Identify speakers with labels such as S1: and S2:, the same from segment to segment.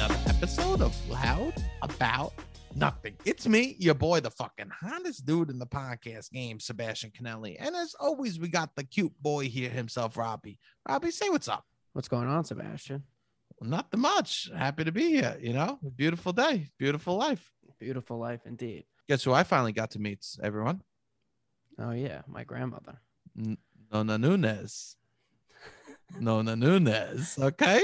S1: episode of Loud About Nothing. It's me, your boy, the fucking hottest dude in the podcast game, Sebastian Canelli. And as always, we got the cute boy here himself, Robbie. Robbie, say what's up.
S2: What's going on, Sebastian?
S1: Not much. Happy to be here. You know, beautiful day, beautiful life.
S2: Beautiful life indeed.
S1: Guess who I finally got to meet, everyone?
S2: Oh yeah, my grandmother.
S1: Nona Nunez. Nona Nunez. Okay.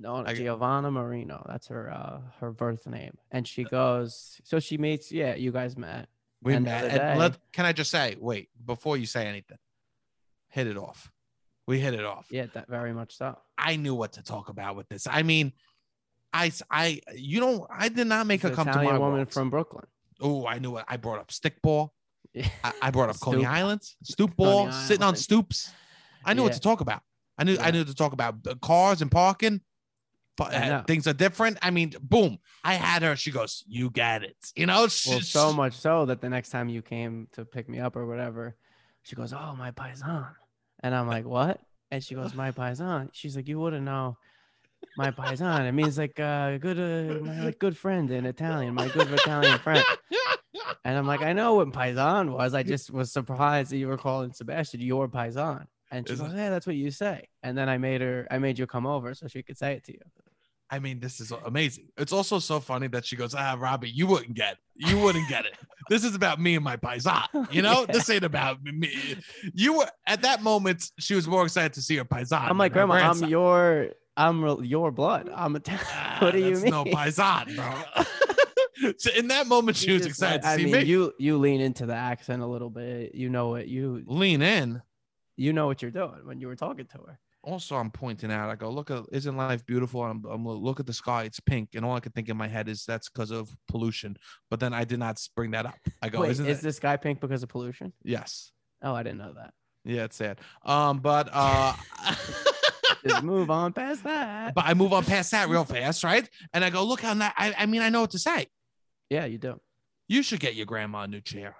S2: No,
S1: I-
S2: Giovanna Marino. That's her uh her birth name. And she
S1: Uh,
S2: goes so she meets yeah, you guys met.
S1: We
S2: And the
S1: met.
S2: other
S1: and
S2: day-
S1: let- can I just say, wait, before you say anything, hit it off. We hit it off.
S2: Yeah, that very much so.
S1: I knew what to talk about with this. I mean, I, s- I, you don't, I did not make
S2: She's
S1: her
S2: an
S1: come to
S2: Italian
S1: my
S2: woman from Brooklyn.
S1: Oh, I knew it. I brought up stickball.
S2: Yeah.
S1: I, I brought up Coney
S2: Stoop.
S1: Islands, stoop ball,
S2: Coney
S1: sitting on
S2: Island.
S1: stoops. I knew what
S2: Yeah.
S1: to talk about. I knew, I
S2: Yeah.
S1: knew to talk about uh, cars and parking. But
S2: I
S1: uh,
S2: know.
S1: things are different. I mean, boom. I had her. She goes, "You got it." You know,
S2: Well,
S1: she-
S2: so much so that the next time you came to pick me up or whatever, she goes, "Oh, my paisan," and I'm like, "What?" And she goes, "My paisan." She's like, "You wouldn't know." My paisan. It means like uh, good, uh, my like, good friend in Italian. My good Italian friend. And I'm like, I know what paisan was. I just was surprised that you were calling Sebastian your paisan. And she
S1: Isn't-
S2: goes, "Yeah, that's what you say." And then I made her, I made you come over so she could say it to you.
S1: I mean, this is amazing. It's also so funny that she goes, "Ah, Robbie, you wouldn't get, it. you wouldn't get it. This is about me and my paisan. You know,
S2: Oh, Yeah.
S1: this ain't about me. You were at that moment. She was more excited to see her paisan.
S2: I'm like,
S1: than her
S2: Grandma, I'm
S1: grandson."
S2: your, I'm re- your blood. I'm Italian.
S1: Ah,
S2: what do you
S1: that's
S2: mean?
S1: No paisan, bro. so in that moment, she
S2: You
S1: was
S2: just,
S1: excited
S2: I, I
S1: to see
S2: mean,
S1: me.
S2: you you lean into the accent a little bit. You know what you
S1: Lean in.
S2: you know what you're doing when you were talking to her.
S1: Also, I'm pointing out. I go, look at, isn't life beautiful? And I'm, I'm like, look at the sky. It's pink, and all I could think in my head is that's because of pollution. But then I did not bring that up. I go,
S2: Wait, is
S1: isn't it?
S2: this guy pink because of pollution?
S1: Yes.
S2: Oh, I didn't know that.
S1: Yeah, it's sad. Um, but uh,
S2: Just move on past that.
S1: but I move on past that real fast, right? And I go, look how that. I, I mean, I know what to say.
S2: yeah, you do.
S1: You should get your grandma a new chair.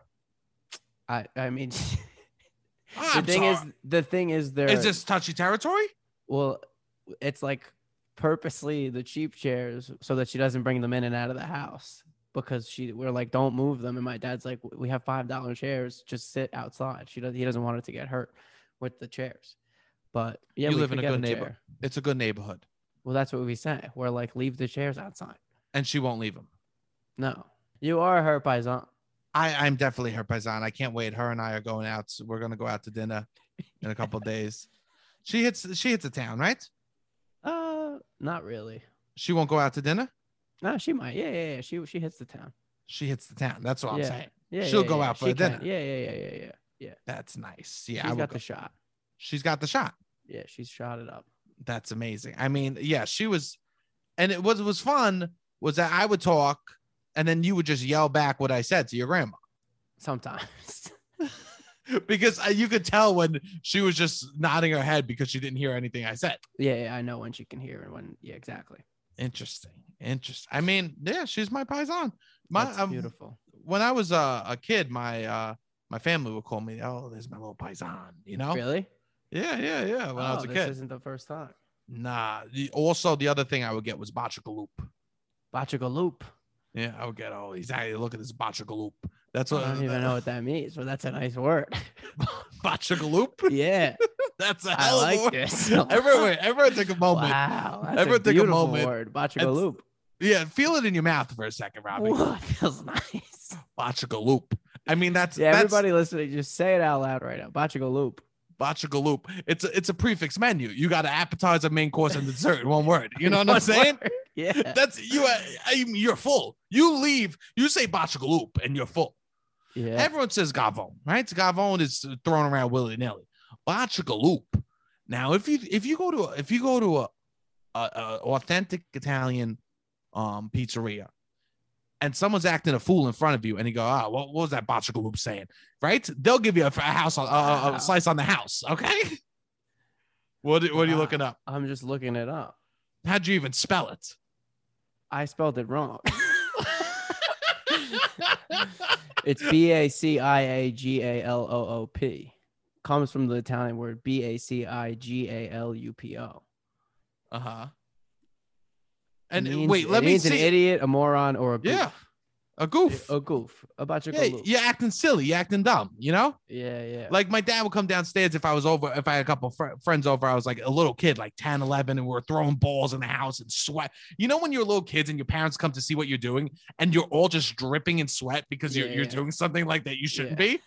S2: I I mean, the
S1: I'm
S2: thing
S1: sorry.
S2: is, the thing is, there
S1: is this touchy territory?
S2: well, it's like purposely the cheap chairs so that she doesn't bring them in and out of the house because she we're like don't move them and my dad's like "W- we have five dollar chairs just sit outside she does he doesn't want her to get hurt with the chairs but yeah
S1: You
S2: we
S1: live in
S2: could
S1: a
S2: get
S1: good neighbor-
S2: chair.
S1: It's a good neighborhood,
S2: well that's what we say we're like leave the chairs outside
S1: and she won't leave him.
S2: no you are her paisan
S1: I, I'm definitely her paisan. I can't wait. Her and I are going out. So we're gonna go out to dinner in a couple of days. She hits she hits a town, right?
S2: uh not really
S1: She won't go out to dinner.
S2: no she might yeah yeah, yeah. she she hits the town
S1: She hits the town. That's what I'm
S2: Yeah.
S1: saying.
S2: yeah
S1: She'll
S2: yeah,
S1: go
S2: yeah.
S1: out for
S2: She
S1: a
S2: can.
S1: dinner.
S2: yeah yeah yeah yeah yeah
S1: That's nice. Yeah, I
S2: she's
S1: will
S2: got
S1: go-
S2: the shot
S1: she's got the shot.
S2: yeah she's shot it up
S1: that's amazing. I mean, yeah, she was, and it was was fun was that I would talk, and then you would just yell back what I said to your grandma
S2: sometimes
S1: because uh, you could tell when she was just nodding her head because she didn't hear anything I said.
S2: Yeah, yeah, I know when she can hear and when. Yeah, exactly.
S1: Interesting, interesting. I mean, yeah, she's my paisan. My
S2: That's
S1: um,
S2: beautiful.
S1: when I was uh, a kid, my uh, my family would call me, "Oh, there's my little paisan," you know.
S2: Really?
S1: Yeah, yeah, yeah. oh, When I was
S2: Oh,
S1: a
S2: this
S1: kid,
S2: isn't the first time.
S1: nah. The, also, the other thing I would get was botchagaloop.
S2: Bachagaloop.
S1: Yeah, I would get all these. Hey, look at this botchagaloop. That's what
S2: I don't even know what that means, but that's a nice word.
S1: Botchagaloop.
S2: yeah,
S1: That's a
S2: I
S1: hell of a
S2: like
S1: word.
S2: this.
S1: Everyone, everyone take a moment.
S2: Wow, that's
S1: Everyone
S2: a
S1: take a
S2: beautiful
S1: moment.
S2: word. Bachagaloop.
S1: Yeah, feel it in your mouth for a second, Robbie.
S2: Ooh, it feels nice.
S1: Botchagaloop. I mean, that's
S2: Yeah,
S1: that's
S2: everybody listening, just say it out loud right now. Bachagaloop.
S1: botchagaloop. It's a, it's a prefix menu. You got an appetizer, main course, and dessert in one word. You know what I'm
S2: One
S1: saying?
S2: word. Yeah.
S1: That's you. I, I- you're full. You leave. You say botchagaloop, and you're full.
S2: Yeah.
S1: Everyone says Gavone, right? Gavone is thrown around willy nilly. Bacchigaloop. Now, if you if you go to a, if you go to a, a, a authentic Italian um, pizzeria, and someone's acting a fool in front of you, and you go, "Ah, what, what was that Bacchigaloop saying?" Right? They'll give you a, a house on, a- a,
S2: Wow.
S1: a slice on the house. Okay. What are- what are you
S2: Wow.
S1: looking up?
S2: I'm just looking it up.
S1: How'd you even spell it?
S2: I spelled it wrong. It's B A C I A G A L O O P. Comes from the Italian word B A C I G A L U P O.
S1: uh huh. Uh-huh. And
S2: It means-
S1: wait, let
S2: it
S1: me
S2: means an
S1: see.
S2: idiot, a moron, or a goof.
S1: Yeah, a goof.
S2: a goof, a bunch of
S1: Yeah,
S2: goof.
S1: you're acting silly. You're acting dumb. You know.
S2: yeah, yeah.
S1: Like my dad would come downstairs if I was over, if I had a couple fr- friends over, I was like a little kid, like 10, 11, and we're throwing balls in the house and sweat. You know, when you're little kids and your parents come to see what you're doing and you're all just dripping in sweat because you're,
S2: Yeah,
S1: you're
S2: yeah.
S1: doing something like that you shouldn't be.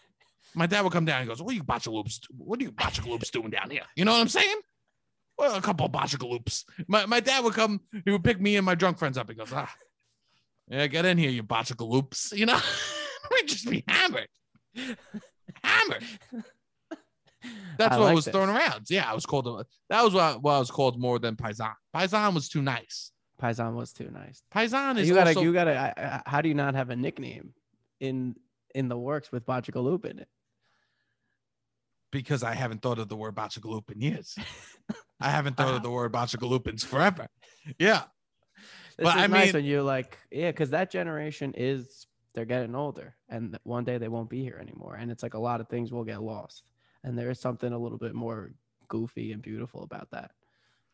S1: My dad would come down and goes, what are you botchaloops? What are you botchaloops doing down here? You know what I'm saying? Well, a couple of botchaloops. My, my dad would come, he would pick me and my drunk friends up. He goes, ah, yeah, get in here, you botchaloops. You know, we'd just be hammered. Hammered. That's
S2: I
S1: what
S2: like
S1: was
S2: this.
S1: thrown around. Yeah, I was called. A, that was what, what I was called more than paisan. Paisan was too nice.
S2: Paisan was too nice.
S1: Paisan is
S2: You gotta,
S1: also-
S2: you gotta. I, I- how do you not have a nickname in in the works with Bajica Loop in it?
S1: because I haven't thought of the word Bachagalup in years. I haven't thought of the word Bachagalup in forever. Yeah,
S2: This
S1: Well,
S2: is
S1: I
S2: nice
S1: mean-
S2: when you're like, yeah, because that generation is they're getting older, and one day they won't be here anymore, and it's like a lot of things will get lost, and there is something a little bit more goofy and beautiful about that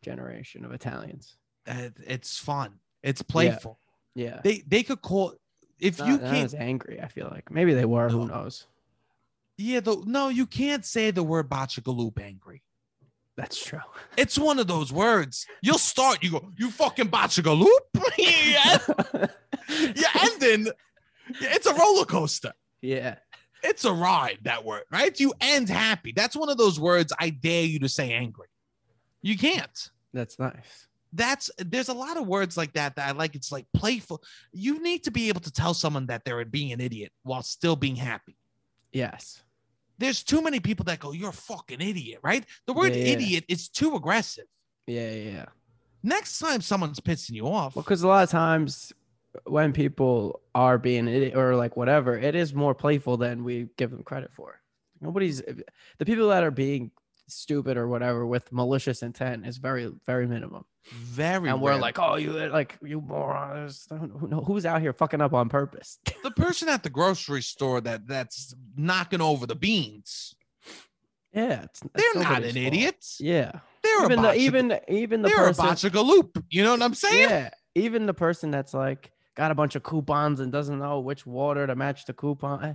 S2: generation of Italians.
S1: it, it's fun. It's playful.
S2: Yeah,
S1: They they could call if
S2: not,
S1: you
S2: not
S1: can't. Oh.
S2: as angry. I feel like maybe they were. Who knows?
S1: Yeah, though. No, you can't say the word Bachagalup angry.
S2: That's true.
S1: It's one of those words. You'll start. You go. You fucking Bachagalup. yeah, you're ending. It's a roller coaster.
S2: yeah.
S1: It's a ride, that word, right? You end happy. That's one of those words I dare you to say angry. You can't.
S2: That's nice.
S1: That's there's a lot of words like that that I like. It's like playful. You need to be able to tell someone that they're being an idiot while still being happy.
S2: Yes.
S1: There's too many people that go, You're a fucking idiot, right? The word
S2: Yeah, yeah.
S1: idiot is too aggressive.
S2: Yeah, yeah, yeah.
S1: Next time someone's pissing you off,
S2: Well, because a lot of times when people are being an idiot or like whatever, it is more playful than we give them credit for. Nobody's the people that are being stupid or whatever with malicious intent is very, very minimum.
S1: very
S2: And we're
S1: rarely.
S2: like, oh, you like you morons. I don't know- Who's out here fucking up on purpose?
S1: the person at the grocery store that that's knocking over the beans,
S2: yeah, it's, it's
S1: they're not
S2: nobody's
S1: an
S2: fault.
S1: idiot.
S2: Yeah,
S1: They're
S2: even
S1: a
S2: the
S1: botch-
S2: even even the
S1: they're
S2: person
S1: a botch loop. You know what I'm saying?
S2: Yeah, even the person that's like got a bunch of coupons and doesn't know which water to match the coupon. eh,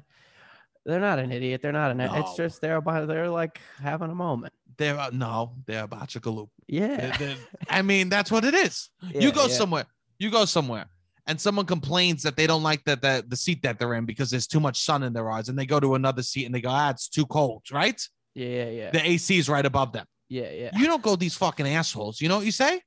S2: They're not an idiot. They're not an. It's
S1: No.
S2: just they're about they're like having a moment.
S1: They're a, no, they're a botch loop.
S2: Yeah.
S1: I mean, that's what it is.
S2: Yeah,
S1: you go
S2: yeah.
S1: somewhere, you go somewhere, and someone complains that they don't like that the, the seat that they're in because there's too much sun in their eyes, and they go to another seat and they go, ah, it's too cold, right?
S2: Yeah, yeah, yeah,
S1: The AC is right above them.
S2: yeah, yeah.
S1: You don't go these fucking assholes. You know what you say?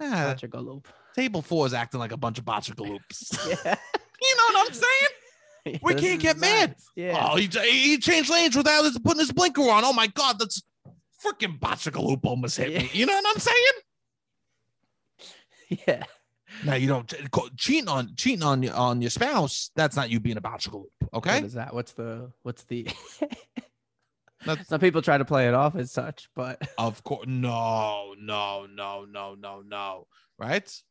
S1: Ah,
S2: Gotcha, go loop.
S1: table four is acting like a bunch of botch loops.
S2: Yeah.
S1: You know what I'm saying? We
S2: This
S1: can't
S2: is
S1: get mad.
S2: nice. Yeah.
S1: Oh, he, he changed lanes without his, putting his blinker on. Oh my God, that's freaking Botchagaloop almost hit me.
S2: Yeah.
S1: You know what I'm saying? Oh.
S2: Yeah.
S1: Now you don't co- cheating on cheating on your- on your spouse. That's not you being a Botchagaloop.
S2: What
S1: Okay,
S2: is that? What's the? What's the?
S1: That's-
S2: Some people try to play it off as such, but
S1: of course, no, no, no, no, no, no. Right?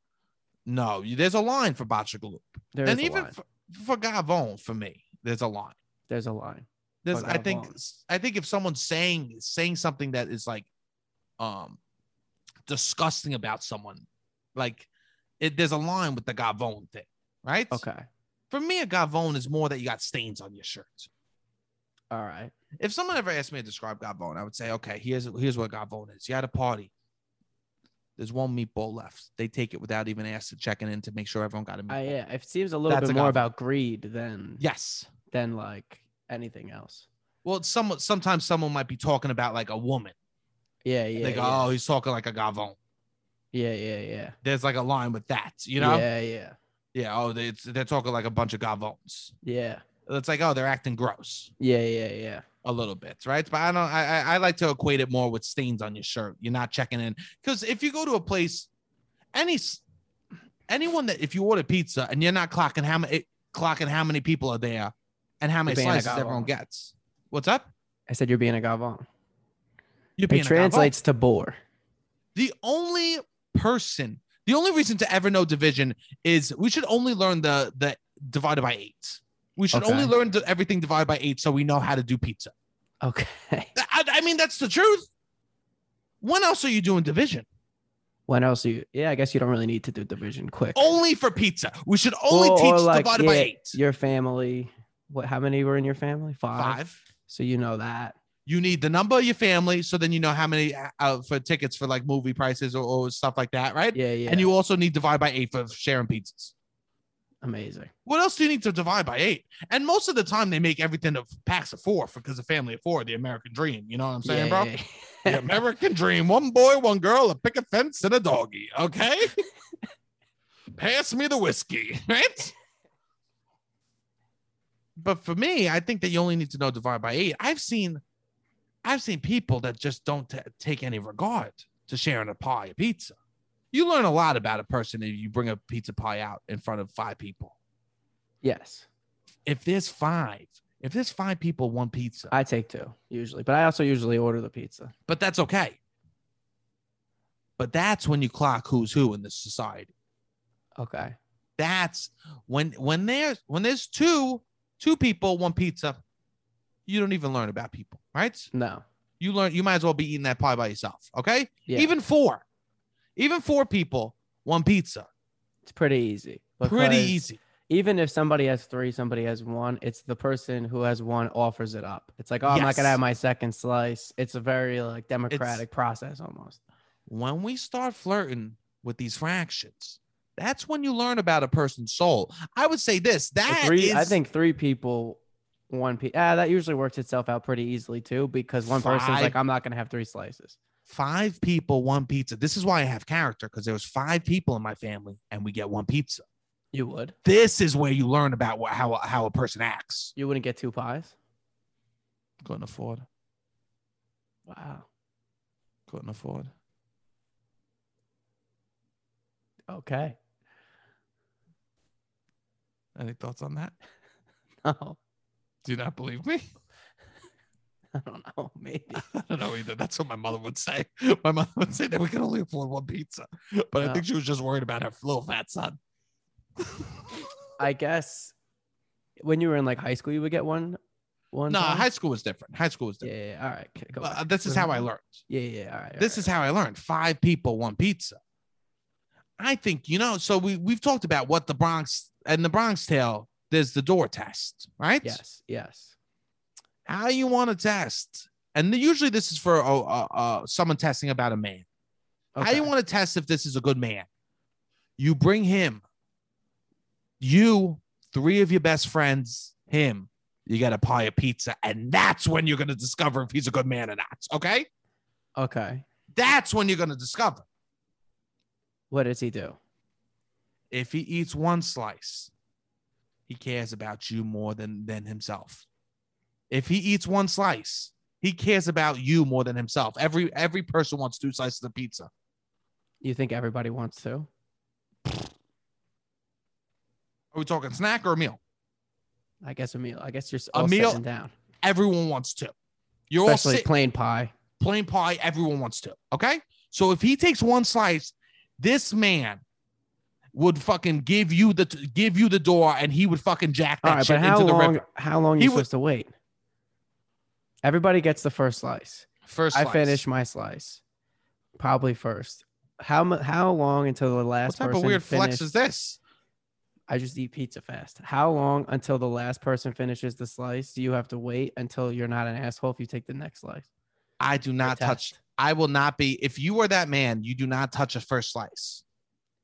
S1: No, you- there's a line for Botchagaloop,
S2: there's
S1: and
S2: a
S1: even
S2: line.
S1: for, for Gavon, for me, there's a line.
S2: There's a line.
S1: There's,
S2: For
S1: I think,
S2: Gavone.
S1: s- I think if someone's saying saying something that is like, um, disgusting about someone, like, it, there's a line with the Gavone thing, right?
S2: Okay.
S1: For me, a Gavone is more that you got stains on your shirt.
S2: All right.
S1: If someone ever asked me to describe Gavone, I would say, okay, here's here's what Gavone is. You had a party. There's one meatball left. They take it without even asking, checking in to make sure everyone got a meatball.
S2: I, yeah. It seems a little
S1: That's
S2: bit
S1: a
S2: more
S1: Gavone.
S2: about greed than
S1: Yes.
S2: than like anything else.
S1: Well, some, sometimes someone might be talking about like a woman.
S2: Yeah, yeah.
S1: they go,
S2: yeah.
S1: oh, he's talking like a Gavone.
S2: yeah, yeah, yeah.
S1: there's like a line with that, you know? Yeah.
S2: Yeah, yeah,
S1: oh, they, it's, they're talking like a bunch of gavones.
S2: yeah,
S1: It's like, oh, they're acting gross
S2: yeah, yeah, yeah.
S1: a little bit, right? But I don't. I I- I like to equate it more with stains on your shirt. You're not checking in because if you go to a place, any s- anyone that if you order pizza and you're not clocking how many clocking how many people are there and how many
S2: being a
S1: slices everyone
S2: gavone.
S1: gets. What's up?
S2: I said you're being a gavon.
S1: You're
S2: It
S1: a gavone.
S2: translates to bore.
S1: the only person, the only reason to ever know division is we should only learn the the divided by eight. We should
S2: Okay.
S1: only learn the, everything divided by eight so we know how to do pizza.
S2: Okay.
S1: I, I mean, that's the truth. When else are you doing division?
S2: When else you? Yeah, I guess you don't really need to do division quick.
S1: Only for pizza. We should only
S2: Or- or
S1: teach
S2: like,
S1: divided by
S2: yeah,
S1: eight.
S2: Your family. What? How many were in your family? Five.
S1: Five.
S2: So you know that.
S1: You need the number of your family, so then you know how many uh, uh, for tickets for like movie prices or, or stuff like that, right?
S2: Yeah, yeah.
S1: And you also need divide by eight for sharing pizzas.
S2: amazing.
S1: What else do you need to divide by eight? And most of the time, they make everything of packs of four because a family of four, the American dream. You know what I'm saying, bro?
S2: yeah, yeah, yeah.
S1: The American dream. One boy, one girl, a picket fence, and a doggy. Okay. Pass me the whiskey, right? But for me, I think that you only need to know divide by eight. I've seen, I've seen people that just don't ta take any regard to sharing a pie or pizza. You learn a lot about a person if you bring a pizza pie out in front of five people.
S2: yes,
S1: If there's five, if there's five people, one pizza,
S2: I take two usually, but I also usually order the pizza.
S1: but that's okay. But that's when you clock who's who in this society.
S2: Okay.
S1: That's when when there's when there's two two people, one pizza, you don't even learn about people, right?
S2: No.
S1: You learn you might as well be eating that pie by yourself. Okay.
S2: Yeah.
S1: Even four. Even four people, one pizza.
S2: it's pretty easy.
S1: Pretty
S2: because
S1: easy.
S2: Even if somebody has three, somebody has one. It's the person who has one offers it up. It's like, oh, I'm not gonna
S1: Yes.
S2: have my second slice. It's a very like democratic process almost.
S1: when we start flirting with these fractions, that's when you learn about a person's soul. I would say this.
S2: The
S1: That
S2: three, I
S1: is
S2: think three people, one piece. Ah, that usually works itself out pretty easily too, because one person's
S1: Five.
S2: like, I'm not gonna have three slices.
S1: five people, one pizza. This is why I have character because there was five people in my family and we get one pizza.
S2: You would.
S1: This is where you learn about wha- how how a person acts.
S2: You wouldn't get two pies.
S1: Couldn't afford.
S2: Wow.
S1: Couldn't afford.
S2: Okay.
S1: Any thoughts on that?
S2: No,
S1: Do you not believe me?
S2: I don't know. Maybe.
S1: I don't know either. That's what my mother would say. My mother would say that we can only afford one pizza, but I
S2: Oh.
S1: think she was just worried about her little fat son.
S2: I guess when you were in like high school, you would get one. One.
S1: no,
S2: pie?
S1: high school was different. High school was
S2: Yeah,
S1: different.
S2: yeah, yeah. All right. okay, go
S1: Well,
S2: back.
S1: this is how I
S2: Mhm.
S1: learned.
S2: Yeah, yeah, yeah, all right.
S1: this is how I learned. Five people, one pizza. I think you know. So we we've talked about what the Bronx and the Bronx Tale. There's the door test, right?
S2: yes, yes.
S1: How you want to test, and usually this is for uh, uh, uh, someone testing about a man. How you want to test if this is a good man? You bring him. You three of your best friends. Him. You got a pie of pizza, and that's when you're gonna discover if he's a good man or not. Okay,
S2: Okay.
S1: that's when you're gonna discover.
S2: What does he do?
S1: if he eats one slice, he cares about you more than than himself. If he eats one slice, he cares about you more than himself. Every every person wants two slices of pizza.
S2: You think everybody wants to?
S1: Are we talking snack or a meal?
S2: I guess a meal. I guess you're s-
S1: A
S2: all
S1: meal-
S2: sitting down.
S1: Everyone wants two. You're all
S2: Especially
S1: sit,
S2: plain pie.
S1: plain pie. Everyone wants two. Okay, so if he takes one slice, this man would fucking give you the give you the door, and he would fucking jack that
S2: All right,
S1: shit
S2: but how
S1: into the
S2: long?
S1: river.
S2: How long
S1: He
S2: you
S1: would-
S2: supposed to wait? Everybody gets the first slice.
S1: First,
S2: I
S1: slice.
S2: finish my slice, probably first. How mu- how long until the
S1: What
S2: last
S1: type of
S2: person
S1: weird
S2: finishes?
S1: flex is this?
S2: I just eat pizza fast. How long until the last person finishes the slice do you have to wait until you're not an asshole if you take the next slice?
S1: I do not touch
S2: Protest.
S1: I will not be. If you are that man, you do not touch a first slice.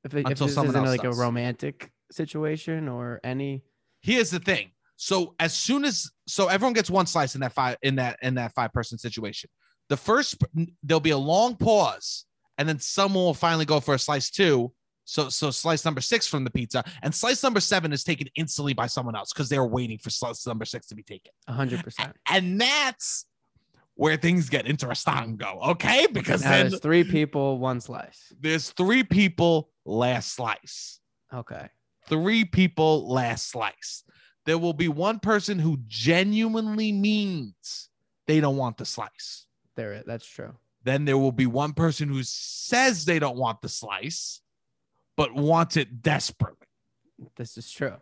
S2: If, it, if
S1: until
S2: this
S1: someone
S2: isn't
S1: else
S2: like
S1: does.
S2: a romantic situation or any,
S1: Here's the thing. So as soon as so everyone gets one slice in that five in that in that five person situation. The first there'll be a long pause, and then someone will finally go for a slice two. So so slice number six from the pizza, and slice number seven is taken instantly by someone else because they're waiting for slice number six to be taken.
S2: hundred percent.
S1: And that's where things get interesting. Go okay because
S2: Now
S1: then
S2: there's three people, one slice.
S1: there's three people last slice.
S2: Okay.
S1: three people last slice. There will be one person who genuinely means they don't want the slice.
S2: There it that's true.
S1: Then there will be one person who says they don't want the slice, but wants it desperately.
S2: This is true.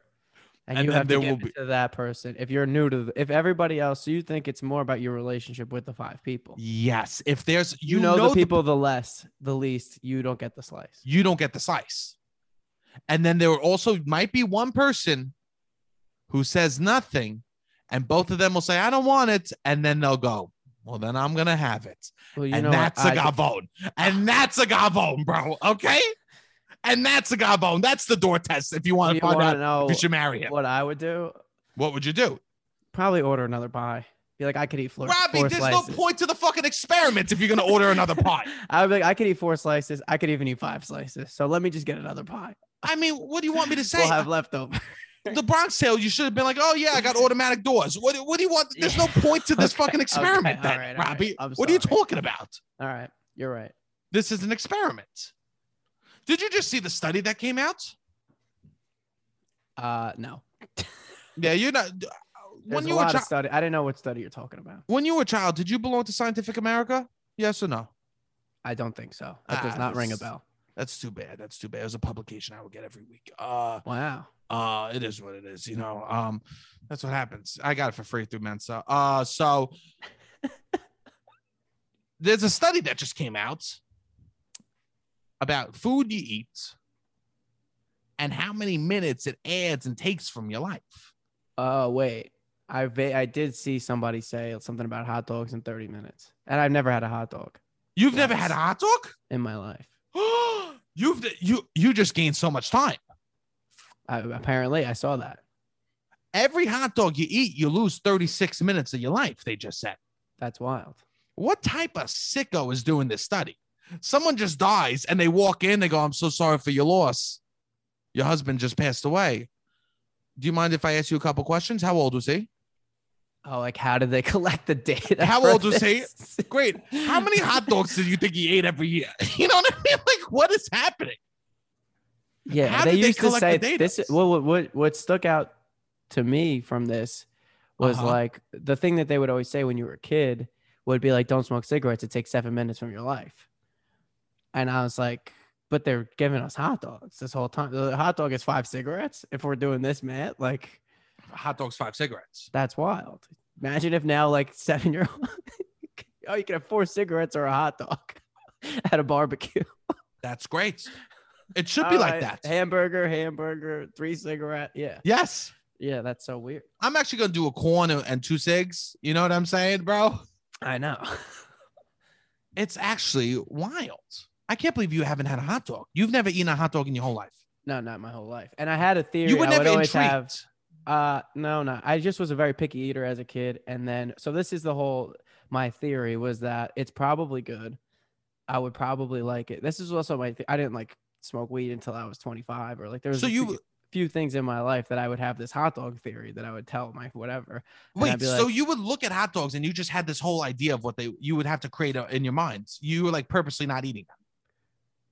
S2: and,
S1: And
S2: you
S1: then
S2: have
S1: there
S2: to give
S1: will
S2: it
S1: be-
S2: to that person. If you're new to, the, if everybody else, so you think it's more about your relationship with the five people.
S1: Yes. If there's
S2: You, know, the people the less, the least, you don't get the slice.
S1: you don't get the slice. And then there also might be one person who says nothing, and both of them will say, I don't want it. And then they'll go, Well, then I'm going to have it.
S2: Well, you
S1: and
S2: know, what?
S1: that's a
S2: I-
S1: gavone. And that's a gavone, bro. Okay. And that's a gavone. That's the door test if you want
S2: you
S1: to find
S2: wanna
S1: out
S2: know
S1: if you should marry him.
S2: what I would do?
S1: What would you do?
S2: Probably order another pie. Be like, I could eat four,
S1: Robbie,
S2: four
S1: there's
S2: slices.
S1: no point to the fucking experiment if you're going to order another pie.
S2: I would be like, I could eat four slices. I could even eat five slices. So let me just get another pie.
S1: I mean, what do you want me to say?
S2: We'll have leftover.
S1: the Bronx Tale, you should have been like, oh yeah, I got automatic doors. What, what do you want? There's no point to this
S2: Okay,
S1: fucking
S2: okay,
S1: experiment,
S2: all
S1: then,
S2: right, all right.
S1: Robbie.
S2: I'm
S1: what are you
S2: sorry.
S1: talking about?
S2: All right, you're right.
S1: This is an experiment. Did you just see the study that came out?
S2: Uh, no.
S1: Yeah, you're not. uh,
S2: There's
S1: When
S2: a
S1: you were
S2: lot
S1: chi-
S2: of study. I didn't know what study you're talking about.
S1: when you were a child, did you belong to Scientific America? Yes or no?
S2: I don't think so. That does
S1: Ah,
S2: not ring a
S1: this-
S2: bell.
S1: That's too bad. That's too bad. It was a publication I would get every week. Uh,
S2: Wow.
S1: uh it is what it is you know um that's what happens i got it for free through mensa uh so there's a study that just came out about food you eat and how many minutes it adds and takes from your life
S2: Oh wait, I va- I did see somebody say something about hot dogs in 30 minutes, and I've never had a hot dog
S1: you've never
S2: Yes.
S1: had a hot dog
S2: in my life.
S1: you've you you just gained so much time
S2: I, apparently, I saw that.
S1: every hot dog you eat you lose 36 minutes of your life they just said
S2: That's wild.
S1: What type of sicko is doing this study? Someone just dies and they walk in, they go, I'm so sorry for your loss. Your husband just passed away. Do you mind if I ask you a couple questions? How old was he?
S2: Oh, like how did they collect the data?
S1: How
S2: for
S1: old was he?
S2: this?
S1: Great. How many hot dogs did you think he ate every year? You know what I mean? Like, what is happening?
S2: Yeah,
S1: How
S2: they
S1: did they
S2: used to
S1: collect
S2: say
S1: the data?
S2: this. What what what, what stuck out to me from this was
S1: Uh-huh.
S2: like the thing that they would always say when you were a kid would be like, "Don't smoke cigarettes; it takes seven minutes from your life." And I was like, "But they're giving us hot dogs this whole time. The hot dog is five cigarettes. If we're doing this, Matt, like
S1: Hot dogs, five cigarettes.
S2: that's wild. Imagine if now like seven year old, oh, you can have four cigarettes or a hot dog at a barbecue.
S1: That's great. It should be
S2: All
S1: like
S2: right,
S1: that.
S2: Hamburger, hamburger, three cigarette. Yeah,
S1: Yes.
S2: yeah, that's so weird."
S1: I'm actually going to do a corn and two cigs. You know what I'm saying, bro?
S2: I know.
S1: It's actually wild. I can't believe you haven't had a hot dog. You've never eaten a hot dog in your whole life.
S2: No, not my whole life. And I had a theory.
S1: You were
S2: I
S1: never
S2: would always
S1: intrigued.
S2: have. Uh, no, no. I just was a very picky eater as a kid, and then so this is the whole. My theory was that it's probably good. I would probably like it. This is also my. Th- I didn't like smoke weed until I was 25, or like there was
S1: so
S2: a
S1: you
S2: few, few things in my life that I would have this hot dog theory that I would tell my whatever. and I'd
S1: wait.
S2: be
S1: so
S2: like-
S1: you would look at hot dogs and you just had this whole idea of what they you would have to create uh, in your mind. You were like purposely not eating them.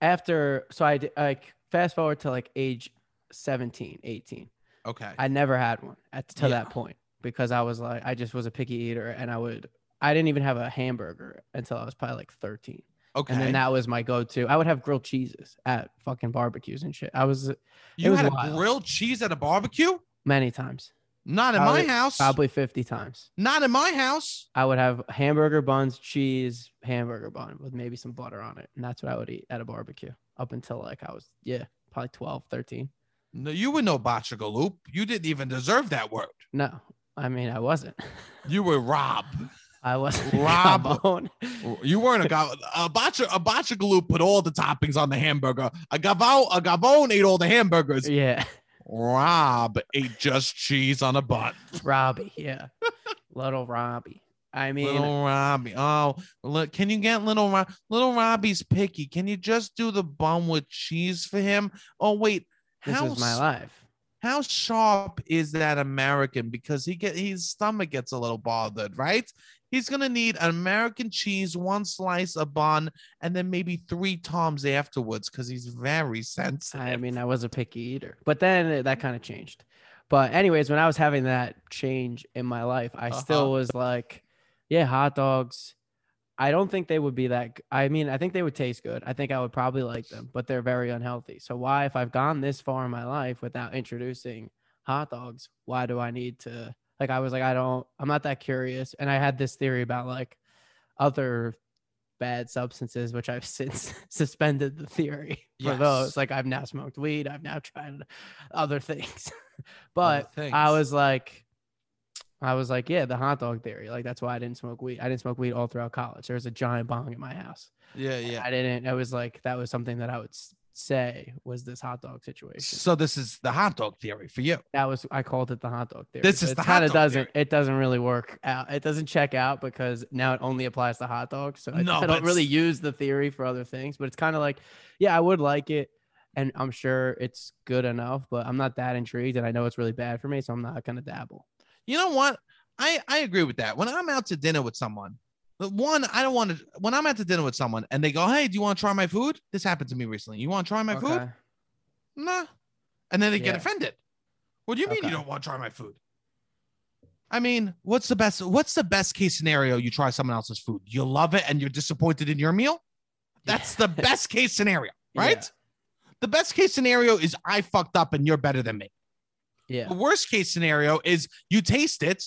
S2: After so I d- like fast forward to like age 17, 18.
S1: Okay.
S2: I never had one at to
S1: Yeah.
S2: that point because I was like I just was a picky eater and I would I didn't even have a hamburger until I was probably like 13.
S1: okay.
S2: And then that was my go-to. I would have grilled cheeses at fucking barbecues and shit. I was
S1: you
S2: was
S1: had a
S2: wild.
S1: grilled cheese at a barbecue?
S2: many times,
S1: Not in
S2: Probably-
S1: my house.
S2: probably 50 times.
S1: Not in my house.
S2: I would have hamburger buns, cheese, hamburger bun with maybe some butter on it. And that's what I would eat at a barbecue up until like I was yeah, probably 12, 13.
S1: No, you were no botchagaloop. You didn't even deserve that word.
S2: No. I mean, I wasn't.
S1: You were Rob.
S2: I wasn't.
S1: Rob-
S2: Rob.
S1: You weren't a gav- a botcha a botchagaloop put all the toppings on the hamburger. A gavon a gavone ate all the hamburgers.
S2: Yeah.
S1: Rob ate just cheese on a bun.
S2: Robbie, yeah. little Robbie. I mean,
S1: little Robbie. Oh, look, can you get little Rob? Little Robbie's picky. Can you just do the bun with cheese for him? Oh wait,
S2: this
S1: how
S2: is my
S1: s-
S2: life.
S1: how sharp is that American? Because he get his stomach gets a little bothered, right? He's gonna need an American cheese, one slice, a bun, and then maybe three toms afterwards because he's very sensitive.
S2: I mean, I was a picky eater, but then it- that kind of changed. But, anyways, when I was having that change in my life, I
S1: Uh-huh.
S2: still was like, yeah, hot dogs. I don't think they would be that. g- I mean, I think they would taste good. I think I would probably like them, but they're very unhealthy. So, why, if I've gone this far in my life without introducing hot dogs. Why do I need to? Like, I was like, I don't, I'm not that curious. And I had this theory about like other bad substances, which I've since suspended the theory for
S1: Yes.
S2: those. Like, I've now smoked weed, I've now tried other things. but
S1: things.
S2: I was like, I was like, yeah, the hot dog theory. Like, that's why I didn't smoke weed. I didn't smoke weed all throughout college. There was a giant bong at my house.
S1: yeah, yeah.
S2: I didn't. I was like, that was something that I would s- say was this hot dog situation.
S1: So this is the hot dog theory for you.
S2: That was I called it the hot dog theory.
S1: This
S2: but
S1: is
S2: it
S1: the hot
S2: kinda
S1: dog
S2: doesn't it doesn't really work out. It doesn't check out because now it only applies to hot dogs. So I,
S1: No,
S2: I
S1: but
S2: don't really
S1: it's-
S2: use the theory for other things. But it's kind of like, yeah, I would like it, and I'm sure it's good enough. But I'm not that intrigued, and I know it's really bad for me, so I'm not gonna dabble.
S1: You know what? I I agree with that. When I'm out to dinner with someone, the one I don't want to. When I'm out to dinner with someone and they go, "Hey, do you want to try my food?" This happened to me recently. You want to try my food? Nah. And then they get
S2: Yeah.
S1: offended. What do you mean
S2: Okay.
S1: you don't want to try my food? I mean, what's the best? What's the best case scenario? You try someone else's food, you love it, and you're disappointed in your meal. That's the best case scenario,
S2: Yeah.
S1: right? The best case scenario is I fucked up and you're better than me.
S2: Yeah.
S1: The worst case scenario is you taste it,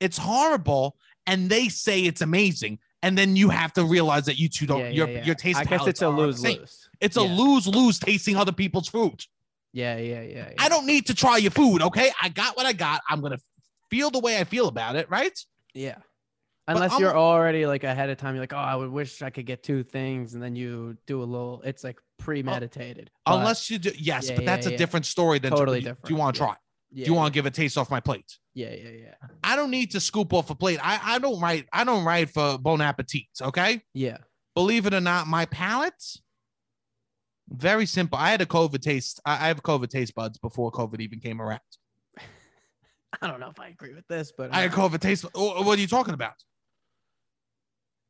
S1: it's horrible, and they say it's amazing, and then you have to realize that you two don't.
S2: yeah,
S1: your
S2: yeah, yeah.
S1: your taste.
S2: I guess
S1: palates
S2: it's a
S1: aren't the
S2: lose
S1: same.
S2: lose.
S1: It's a
S2: Yeah.
S1: lose lose tasting other people's food.
S2: Yeah, yeah, yeah.
S1: I
S2: yeah.
S1: don't need to try your food. Okay, I got what I got. I'm gonna feel the way I feel about it. Right?
S2: Yeah.
S1: But
S2: Unless
S1: I'm-
S2: you're already like ahead of time, you're like, oh, I would wish I could get two things, and then you do a little. It's like premeditated. but-
S1: Unless you do. Yes,
S2: Yeah,
S1: but that's
S2: yeah,
S1: a
S2: yeah.
S1: different story than
S2: Totally
S1: do you- Do you
S2: different,
S1: want to
S2: yeah.
S1: try?
S2: yeah,
S1: do you want to give a taste off my plate?
S2: Yeah, yeah, yeah,
S1: I don't need to scoop off a plate. I, I don't write. I don't write for bon appetit. Okay.
S2: yeah.
S1: believe it or not, my palate very simple. I had a COVID taste. I, I have COVID taste buds before COVID even came around.
S2: I don't know if I agree with this, but
S1: I had
S2: uh,
S1: COVID taste. oh, What are you talking about?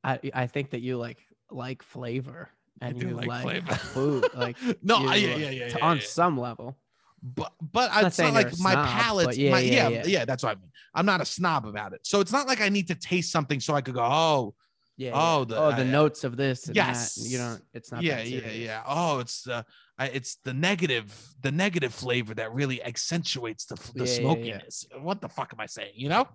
S2: I I think that you like like flavor and
S1: do
S2: you
S1: like
S2: like,
S1: flavor.
S2: food, like
S1: No,
S2: you,
S1: I, yeah,
S2: uh,
S1: yeah, yeah,
S2: t-
S1: yeah,
S2: on
S1: yeah.
S2: some level.
S1: But but I,
S2: not
S1: it's
S2: saying
S1: not
S2: you're
S1: like
S2: a
S1: my
S2: snob,
S1: palate.
S2: but yeah,
S1: my,
S2: yeah,
S1: yeah,
S2: yeah.
S1: That's what I mean. I'm not a snob about it. So it's not like I need to taste something so I could go. Oh,
S2: Yeah.
S1: Oh,
S2: yeah.
S1: the-
S2: oh, the
S1: I-
S2: notes of this. And yes. You
S1: Yes.
S2: don't. It's not.
S1: yeah,
S2: that
S1: yeah,
S2: serious.
S1: yeah. Oh, it's the I, it's the negative the negative flavor that really accentuates the f-
S2: Yeah,
S1: the
S2: yeah, yeah.
S1: smokiness. What the fuck am I saying? You know,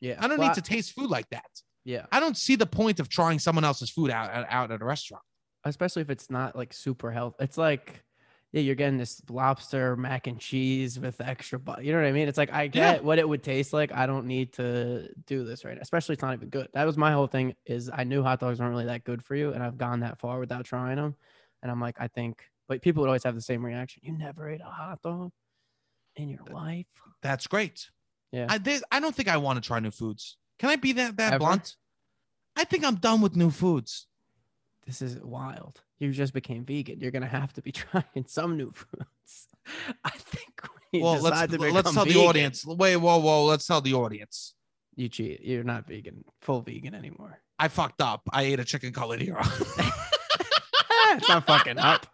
S2: Yeah.
S1: I don't
S2: Well,
S1: need to taste food like that.
S2: Yeah.
S1: I don't see the point of trying someone else's food out out, out at a restaurant.
S2: especially if it's not like super healthy. It's like, yeah, you're getting this lobster mac and cheese with extra but You know what I mean? It's like I get what it would taste like. I don't need to do this right now. Especially it's not even good. That was my whole thing is I knew hot dogs weren't really that good for you, and I've gone that far without trying them. And I'm like, I think, but people would always have the same reaction. You never ate a hot dog in your life.
S1: That's great.
S2: Yeah.
S1: I there's- I don't think I want to try new foods. Can I be that that
S2: Ever?
S1: blunt? I think I'm done with new foods.
S2: This is wild. You just became vegan. You're gonna have to be trying some new foods. I think. when you
S1: well,
S2: decide
S1: let's
S2: to
S1: let's
S2: become
S1: tell the
S2: vegan-
S1: audience. Wait, whoa, whoa. Let's tell the audience.
S2: you cheat. You're not vegan, full vegan anymore.
S1: I fucked up. I ate a chicken colonia.
S2: Eh, it's not fucking up.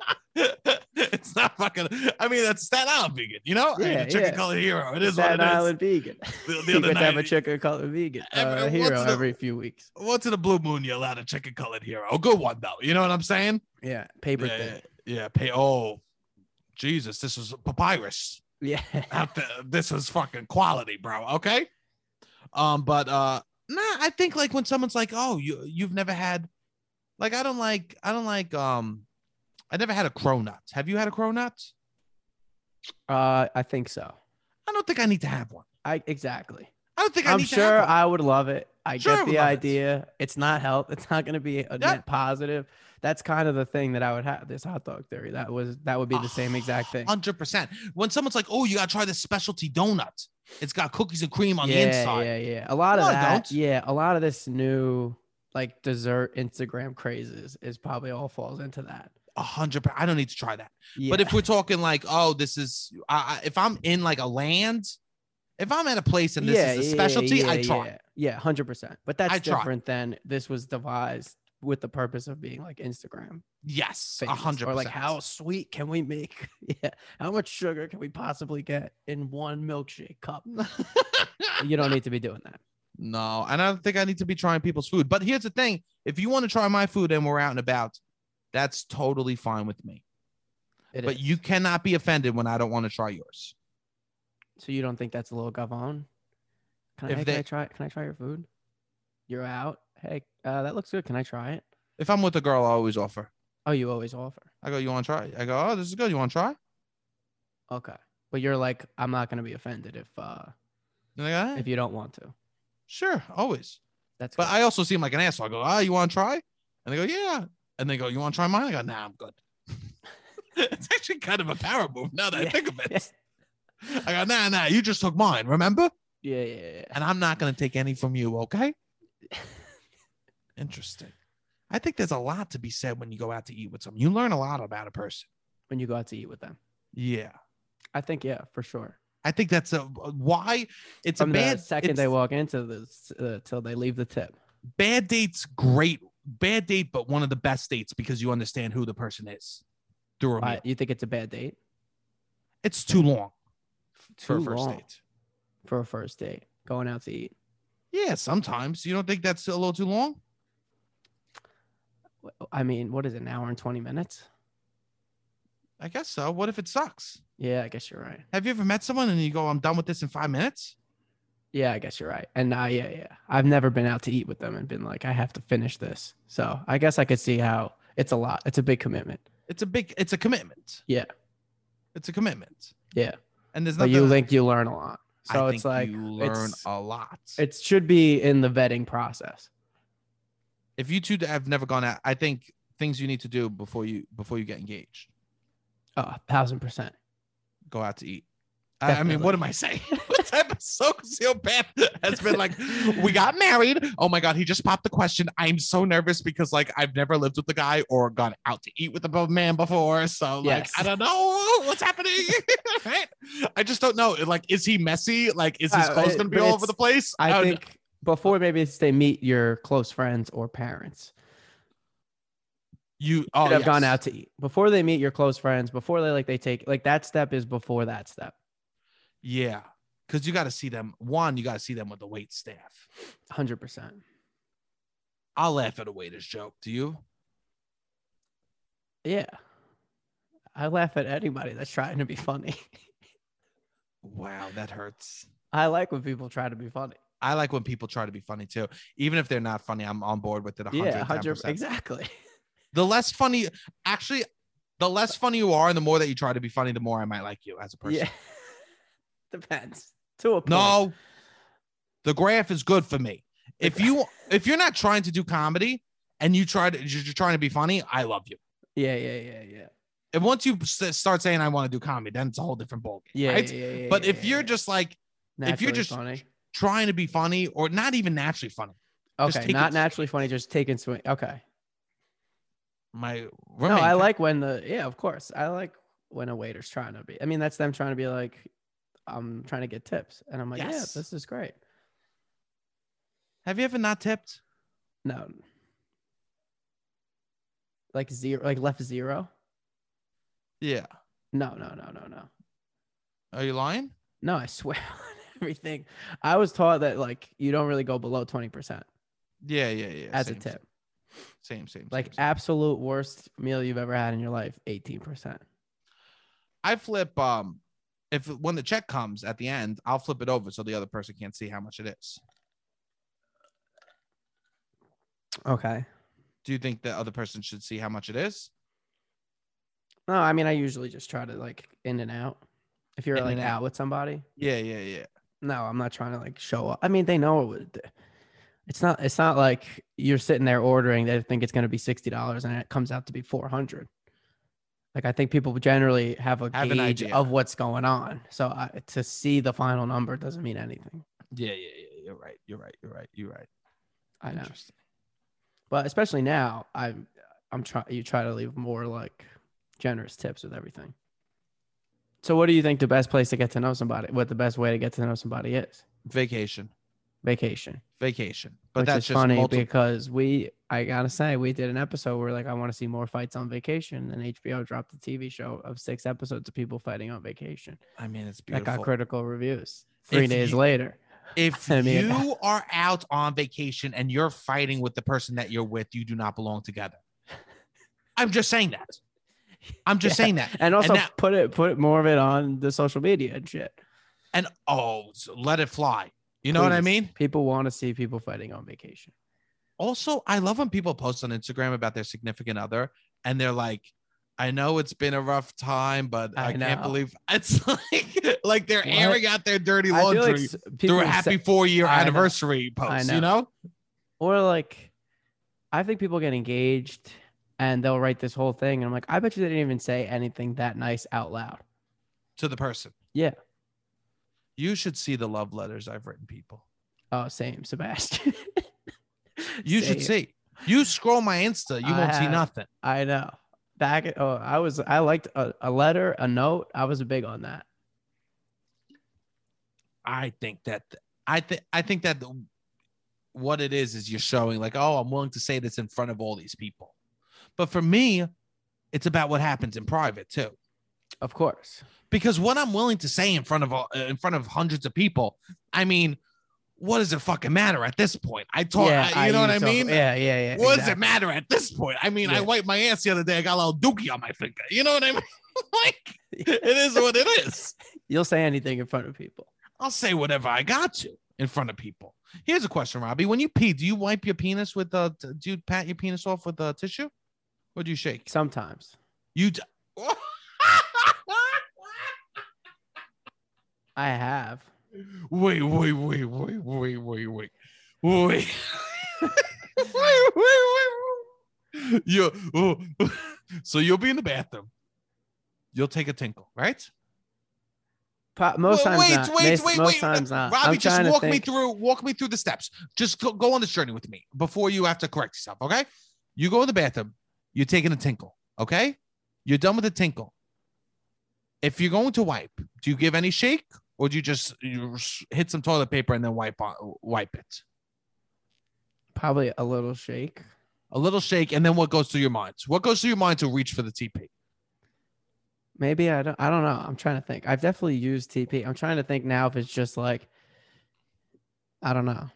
S1: it's not fucking. I mean, that's Staten Island vegan. You know, I ate
S2: Yeah,
S1: a chicken
S2: yeah.
S1: colored hero. It is
S2: Staten
S1: what it is.
S2: Island vegan.
S1: The, the
S2: you
S1: other
S2: get to have a
S1: night-
S2: chicken called vegan
S1: Every-
S2: uh, hero
S1: what's the-
S2: every few weeks.
S1: Once in a blue moon, you're allowed a chicken colored hero. A good one though. You know what I'm saying?
S2: Yeah, paper
S1: yeah,
S2: thin.
S1: Yeah, yeah, pay. Oh, Jesus, this was papyrus.
S2: Yeah,
S1: Out the, this was fucking quality, bro. Okay. Um, but uh, nah, I think like when someone's like, "Oh, you you've never had," like I don't like I don't like um, I never had a cronut. Have you had a cronut?
S2: uh, I think so.
S1: I don't think I need to have one.
S2: I exactly.
S1: I don't think I
S2: I'm
S1: need to
S2: sure
S1: have one.
S2: I would love it. I
S1: Sure, I
S2: get
S1: would
S2: the
S1: love it.
S2: idea. It's not health. It's not going to be a net positive. That's kind of the thing that I would have. This hot dog theory. That was that would be the same exact thing.
S1: Hundred percent. When someone's like, "Oh, you gotta try this specialty donut. It's got cookies and cream on the inside."
S2: Yeah, yeah. A lot
S1: No,
S2: of
S1: I
S2: that.
S1: don't.
S2: Yeah, a lot of this new like dessert Instagram crazes is probably all falls into that.
S1: A hundred. per- I don't need to try that.
S2: Yeah.
S1: But if we're talking like, "Oh, this is," I I- if I'm in like a land, if I'm at a place and this
S2: Yeah,
S1: is a
S2: yeah,
S1: specialty,
S2: yeah,
S1: I try.
S2: Yeah, yeah, hundred percent. But that's
S1: I try.
S2: different than this was devised with the purpose of being like Instagram.
S1: Yes, a
S2: famous,
S1: hundred.
S2: Or like
S1: percent.
S2: how sweet can we make? yeah, how much sugar can we possibly get in one milkshake cup? you don't need to be doing that.
S1: No, and I don't think I need to be trying people's food. But here's the thing: if you want to try my food and we're out and about, that's totally fine with me.
S2: It
S1: but
S2: is.
S1: you cannot be offended when I don't want to try yours.
S2: So you don't think that's a little gavone? Can, I,
S1: If
S2: hey, can I
S1: they-
S2: try? Can I try your food? You're out. Hey, uh, that looks good. Can I try it?
S1: If I'm with a girl, I always offer.
S2: Oh, you always offer.
S1: I go, you want to try? I go, oh, this is good. You want to try?
S2: Okay, but you're like, I'm not gonna be offended if uh
S1: And I go, "Eh,
S2: if you don't want to.
S1: sure, always.
S2: That's
S1: But
S2: good.
S1: I also seem like an asshole. I go, ah, you want to try? And they go, yeah. And they go, you want to try mine? I go, nah, I'm good. it's actually kind of a power move now that I
S2: Yeah.
S1: think of it. I go, nah, nah, you just took mine, remember?
S2: yeah, yeah, yeah, yeah.
S1: And I'm not going to take any from you, okay? Interesting. I think there's a lot to be said when you go out to eat with someone. You learn a lot about a person.
S2: When you go out to eat with them,
S1: Yeah.
S2: I think yeah, for sure.
S1: I think that's a why it's
S2: From
S1: a
S2: the
S1: bad
S2: second
S1: it's-
S2: they walk into this uh, till they leave the tip.
S1: bad date's great bad date but one of the best dates because you understand who the person is through a
S2: Why-
S1: meal.
S2: you think it's a bad date
S1: it's too long for a
S2: Too
S1: first
S2: long
S1: date
S2: for a first date? Going out to eat.
S1: yeah sometimes you don't think that's a little too long
S2: Wh- I mean, what is it, an hour and twenty minutes?
S1: i guess so what if it sucks
S2: Yeah, I guess you're right.
S1: have you ever met someone and you go i'm done with this in five minutes
S2: Yeah, I guess you're right. And uh, yeah, yeah. I've never been out to eat with them and been like, I have to finish this. So I guess I could see how it's a lot. It's a big commitment.
S1: it's a big it's a commitment
S2: Yeah.
S1: it's a commitment
S2: Yeah.
S1: and there's
S2: But
S1: nothing
S2: you think you learn a lot.
S1: I
S2: So
S1: think
S2: it's like,
S1: you learn
S2: it's-
S1: a lot
S2: it should be in the vetting process.
S1: if you two have never gone out i think things you need to do before you before you get engaged
S2: Oh, a thousand percent.
S1: go out to eat. I, I mean, what am I saying? what type of sociopath has been like, we got married. Oh my God, he just popped the question. I'm so nervous because, like, I've never lived with a guy or gone out to eat with a man before. So, like,
S2: Yes.
S1: I don't know what's happening. right? I just don't know. Like, is he messy? Like, is his
S2: Uh,
S1: clothes
S2: it-
S1: going to be all over
S2: it's-
S1: the place? Oh,
S2: I
S1: don't
S2: think before maybe it's they meet your close friends or parents.
S1: you
S2: should
S1: oh,
S2: have gone
S1: yes.
S2: out to eat before they meet your close friends before they like they take like that step is before that step
S1: Yeah. Because you got to see them. One, you got to see them with the wait staff.
S2: 100%
S1: I'll laugh at a waiter's joke. Do you?
S2: yeah i laugh at anybody that's trying to be funny
S1: Wow, that hurts.
S2: i like when people try to be funny
S1: I like when people try to be funny too. Even if they're not funny, I'm on board with it 110%.
S2: yeah 100 exactly
S1: The less funny, actually, the less funny you are and the more that you try to be funny, the more I might like you as a person.
S2: yeah depends to a point
S1: No, the graph is good for me. If you if you're not trying to do comedy and you try to you're you're trying to be funny, I love you.
S2: yeah yeah yeah yeah
S1: And once you s- start saying I want to do comedy, then it's a whole different ballgame.
S2: yeah,
S1: right?
S2: yeah, yeah, yeah,
S1: but
S2: yeah,
S1: if
S2: yeah,
S1: you're
S2: yeah.
S1: just like if you're
S2: Naturally
S1: just
S2: funny
S1: trying to be funny or not even naturally funny, just
S2: okay
S1: take
S2: not
S1: it-
S2: naturally funny just taking swing okay
S1: my
S2: No,
S1: roommate
S2: I like when the yeah, of course. I like when a waiter's trying to be. I mean, that's them trying to be like, I'm trying to get tips, and I'm like,
S1: Yes.
S2: yeah, this is great.
S1: Have you ever not tipped?
S2: No, like zero, like left zero.
S1: Yeah.
S2: No, no, no, no, no,
S1: Are you lying?
S2: no. I swear on everything. I was taught that like you don't really go below twenty percent
S1: Yeah, yeah, yeah.
S2: as a
S1: same,
S2: tip.
S1: Same, same.
S2: Like
S1: same, same.
S2: absolute worst meal you've ever had in your life, eighteen percent.
S1: I flip um if when the check comes at the end, I'll flip it over so the other person can't see how much it is.
S2: Okay.
S1: Do you think the other person should see how much it is?
S2: No, I mean, I usually just try to like in and out. If you're
S1: In
S2: like
S1: and out.
S2: out with somebody,
S1: Yeah, yeah, yeah.
S2: No, I'm not trying to like show up. I mean, they know it would. It's not. It's not like you're sitting there ordering. They think it's going to be sixty dollars, and it comes out to be four hundred. Like I think people generally have a
S1: Have an
S2: gauge
S1: idea.
S2: of what's going on. So I, to see the final number doesn't mean anything.
S1: Yeah, yeah, yeah. You're right. You're right. You're right. You're right.
S2: I know,
S1: Interesting.
S2: but especially now, I'm I'm trying. You try to leave more like generous tips with everything. So what do you think the best place to get to know somebody? What the best way to get to know somebody is?
S1: Vacation.
S2: Vacation.
S1: Vacation. But
S2: which
S1: that's
S2: is
S1: just
S2: funny
S1: multi-
S2: because we I gotta say we did an episode where like I want to see more fights on vacation, and HBO dropped a TV show of six episodes of people fighting on vacation
S1: I mean, it's
S2: that
S1: beautiful.
S2: got critical reviews. Three
S1: If
S2: days
S1: you-
S2: later,
S1: if
S2: I mean-
S1: you are out on vacation and you're fighting with the person that you're with, you do not belong together. I'm just saying that. I'm just
S2: Yeah.
S1: saying that.
S2: and also
S1: now-
S2: put it put more of it on the social media and shit.
S1: and oh, so let it fly. You know what I
S2: Please.
S1: mean?
S2: People want to see people fighting on vacation.
S1: Also, I love when people post on Instagram about their significant other and they're like, I know it's been a rough time, but I,
S2: I
S1: can't
S2: know.
S1: believe it's like like they're
S2: What?
S1: airing out their dirty
S2: I feel like
S1: laundry
S2: s- people
S1: through a
S2: are
S1: happy
S2: se-
S1: four year
S2: I know.
S1: anniversary post,
S2: know.
S1: you know?
S2: or like I think people get engaged and they'll write this whole thing and I'm like, I bet you they didn't even say anything that nice out loud.
S1: To the person.
S2: Yeah.
S1: You should see the love letters I've written people.
S2: Oh, same, Sebastian.
S1: You should
S2: Same.
S1: see. You scroll my Insta, you
S2: I
S1: won't see
S2: have.
S1: nothing.
S2: I know. Back at- oh, I was I liked a, a letter, a note. I was big on that.
S1: I think that I think I think that the- what it is is you're showing like, oh, I'm willing to say this in front of all these people. But for me, it's about what happens in private too.
S2: Of course.
S1: Because what I'm willing to say in front of all- uh, in front of hundreds of people, I mean, what does it fucking matter at this point? I talk, I- uh, you know what I
S2: used to-
S1: mean?
S2: Yeah, yeah, yeah.
S1: what does it
S2: exactly.
S1: matter at this point? I mean, I
S2: Yeah.
S1: wiped my ass the other day. I got a little dookie on my finger. You know what I mean? like, it is what it is.
S2: You'll say anything in front of people.
S1: I'll say whatever I got to in front of people. Here's a question, Robbie. When you pee, do you wipe your penis with uh t- do you pat your penis off with uh tissue? Or do you shake?
S2: Sometimes.
S1: You d-
S2: I have.
S1: Wait, wait, wait, wait, wait, wait, wait. Wait. wait, wait, wait, wait. You oh. so you'll be in the bathroom. You'll take a tinkle, right?
S2: Po- most
S1: Well,
S2: times
S1: wait,
S2: not.
S1: wait,
S2: Mason,
S1: wait,
S2: most
S1: wait.
S2: times not.
S1: Robbie,
S2: I'm
S1: just
S2: trying to
S1: walk me
S2: think.
S1: through walk me through the steps. Just go, go on this journey with me before you have to correct yourself. Okay. You go to the bathroom, you're taking a tinkle. Okay. You're done with the tinkle. If you're going to wipe, do you give any shake or do you just you s- hit some toilet paper and then wipe on wipe it?
S2: Probably a little shake.
S1: A little shake, and then what goes through your mind? What goes through your mind to reach for the TP?
S2: Maybe I don't. I don't know. I'm trying to think. I've definitely used TP. I'm trying to think now if it's just like, I don't know.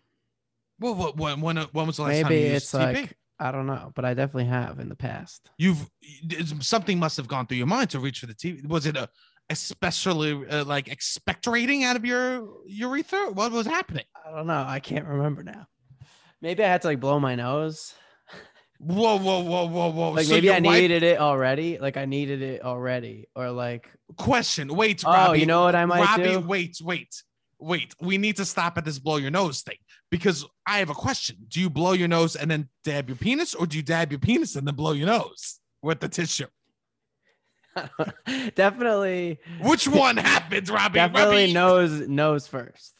S1: Well, what, when, when, when was the last time you
S2: Maybe
S1: used
S2: it's
S1: TP?
S2: like I don't know, but I definitely have in the past.
S1: you've it's- something must have gone through your mind to reach for the TV. Was it a especially uh, like expectorating out of your urethra? What was happening?
S2: I don't know. I can't remember now. Maybe I had to like blow my nose.
S1: Whoa, whoa, whoa, whoa, whoa!
S2: Like
S1: Oh, So
S2: maybe
S1: your
S2: I
S1: wife-
S2: needed it already. Like I needed it already, or like
S1: question. Wait,
S2: oh,
S1: Robbie,
S2: you know what I might
S1: Robbie,
S2: do?
S1: wait, wait, wait. We need to stop at this blow your nose thing because I have a question. Do you blow your nose and then dab your penis, or do you dab your penis and then blow your nose with the tissue?
S2: definitely,
S1: Which one happens, Robbie?
S2: definitely
S1: Robbie?
S2: nose nose first.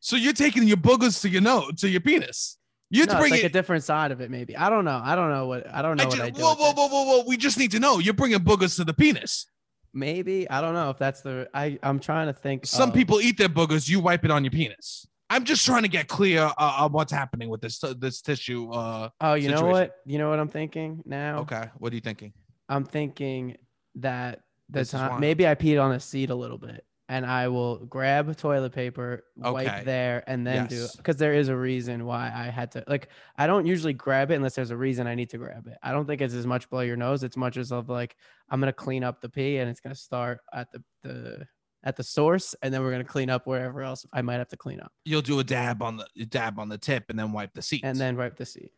S1: So you're taking your boogers to your nose to your penis. You're
S2: No, it's
S1: bringing
S2: like a different side of it. Maybe I don't know. I don't know what I don't know
S1: I
S2: what
S1: ju-
S2: I do.
S1: whoa,
S2: with
S1: whoa,
S2: it.
S1: whoa, whoa, whoa! We just need to know. You're bringing boogers to the penis.
S2: Maybe I don't know if that's the I. I'm trying to think.
S1: Some
S2: of-
S1: people eat their boogers. You wipe it on your penis. I'm just trying to get clear uh, on what's happening with this this tissue. Uh,
S2: Oh, you know
S1: situation.
S2: what? You know what I'm thinking now.
S1: okay, what are you thinking?
S2: I'm thinking that the
S1: This is why.
S2: time maybe I peed on a seat a little bit, and I will grab toilet paper,
S1: Okay.
S2: wipe there, and then
S1: Yes.
S2: do because there is a reason why I had to like. I don't usually grab it unless there's a reason I need to grab it. I don't think it's as much blow your nose. It's much as of like I'm gonna clean up the pee, and it's gonna start at the the at the source, and then we're gonna clean up wherever else I might have to clean up,
S1: You'll do a dab on the you dab on the tip and then wipe the seat.
S2: and then wipe the seat.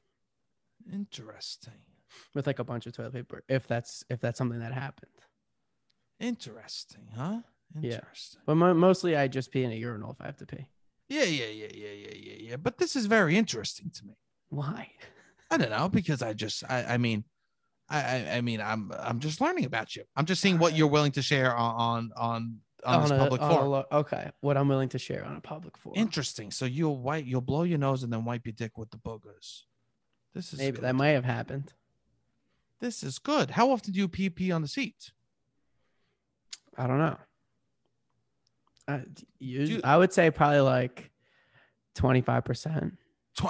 S1: interesting,
S2: with like a bunch of toilet paper if that's if that's something that happened
S1: interesting, huh?
S2: Yeah.
S1: Interesting.
S2: but mo- mostly i just pee in a urinal if i have to pee
S1: Yeah, yeah, yeah, yeah, yeah, yeah, yeah. But this is very interesting to me.
S2: why
S1: I don't know because I just I I mean I I, I mean I'm I'm just learning about you. I'm just seeing what you're willing to share on on on, on this
S2: a-
S1: public
S2: on a
S1: forum.
S2: lo- okay what i'm willing to share on a public forum
S1: Interesting. So you'll wipe you'll blow your nose and then wipe your dick with the boogers. This is
S2: maybe
S1: good.
S2: that might have happened
S1: this is good. How often do you pee pee on the seat?
S2: i don't know I, you,
S1: Dude.
S2: I would say probably like 25%
S1: Tw-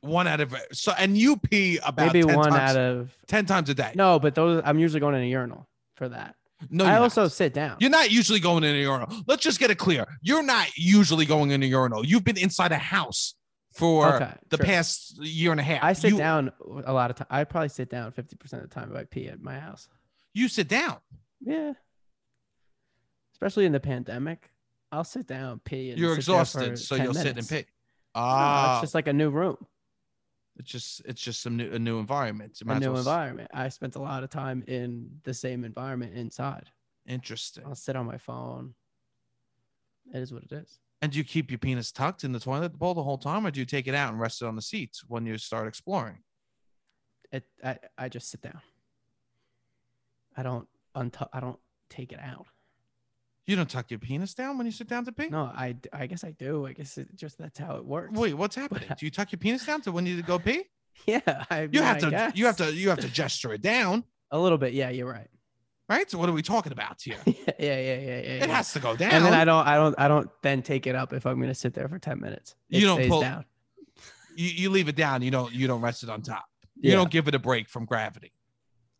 S1: one out of so and you pee about
S2: maybe
S1: 10
S2: one
S1: times,
S2: out of
S1: ten times a day.
S2: no but those i'm usually going in a urinal for that
S1: no
S2: i
S1: you're
S2: also
S1: not.
S2: sit down
S1: You're not usually going in a urinal. Let's just get it clear. You're not usually going in a urinal. You've been inside a house for
S2: okay
S1: the
S2: sure.
S1: past year and a half.
S2: i sit
S1: You-
S2: down a lot of time i probably sit down 50% of the time if i pee at my house
S1: You sit down.
S2: Yeah. Especially in the pandemic. I'll sit down, pee. And
S1: You're
S2: sit there for
S1: exhausted, so
S2: 10
S1: you'll sit and
S2: minutes.
S1: pee.
S2: No,
S1: Ah,
S2: it's just like a new room,
S1: it's just it's just some new a new environment. You might
S2: a
S1: as
S2: new
S1: well s-
S2: environment. I spent a lot of time in the same environment inside.
S1: Interesting.
S2: I'll sit on my phone. It is what it is.
S1: And do you keep your penis tucked in the toilet bowl the whole time, or do you take it out and rest it on the seat when you start exploring?
S2: It. I. I just sit down. I don't untuck. I don't take it out.
S1: You don't tuck your penis down when you sit down to pee.
S2: No, I. d- I guess I do. I guess it just that's how it works.
S1: Wait, what's happening? Do you tuck your penis down to when you go pee?
S2: Yeah. I
S1: You
S2: mean,
S1: have
S2: I
S1: to. You have
S2: guess.
S1: to. You have to gesture it down,
S2: A little bit. Yeah, you're right.
S1: right? So what are we talking about here?
S2: yeah, yeah, yeah, yeah. yeah.
S1: It has to go down.
S2: and then I don't, I don't, I don't then take it up if I'm gonna sit there for ten minutes. It
S1: You don't
S2: stays
S1: pull-
S2: down.
S1: you, you leave it down. You don't. You don't rest it on top. You
S2: Yeah.
S1: don't give it a break from gravity.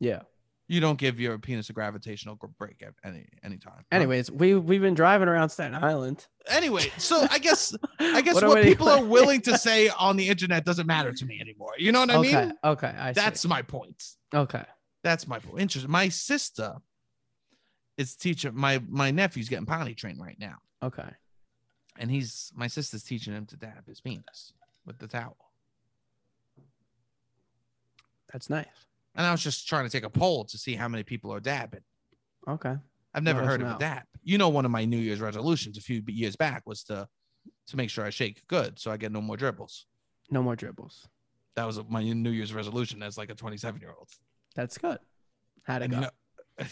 S2: Yeah.
S1: You don't give your penis a gravitational gr- break at any any time. huh?
S2: Anyways, we we've been driving around Staten Island.
S1: Anyway, so I guess I guess what,
S2: are we-
S1: people are willing to say on the internet doesn't matter to me anymore. You know what I
S2: okay,
S1: mean?
S2: okay, I
S1: That's
S2: see.
S1: my point.
S2: okay.
S1: That's my point. Interesting. My sister is teaching my my nephew's getting potty trained right now,
S2: Okay.
S1: and he's my sister's teaching him to dab his penis with the towel.
S2: That's nice.
S1: And I was just trying to take a poll to see how many people are dabbing.
S2: Okay.
S1: I've never
S2: Let us
S1: heard of a
S2: know.
S1: dab. You know, one of my New Year's resolutions a few years back was to to make sure I shake good so I get no more dribbles.
S2: No more dribbles.
S1: That was my New Year's resolution as like a 27 year old.
S2: That's good. How'd it
S1: And
S2: go?
S1: you know-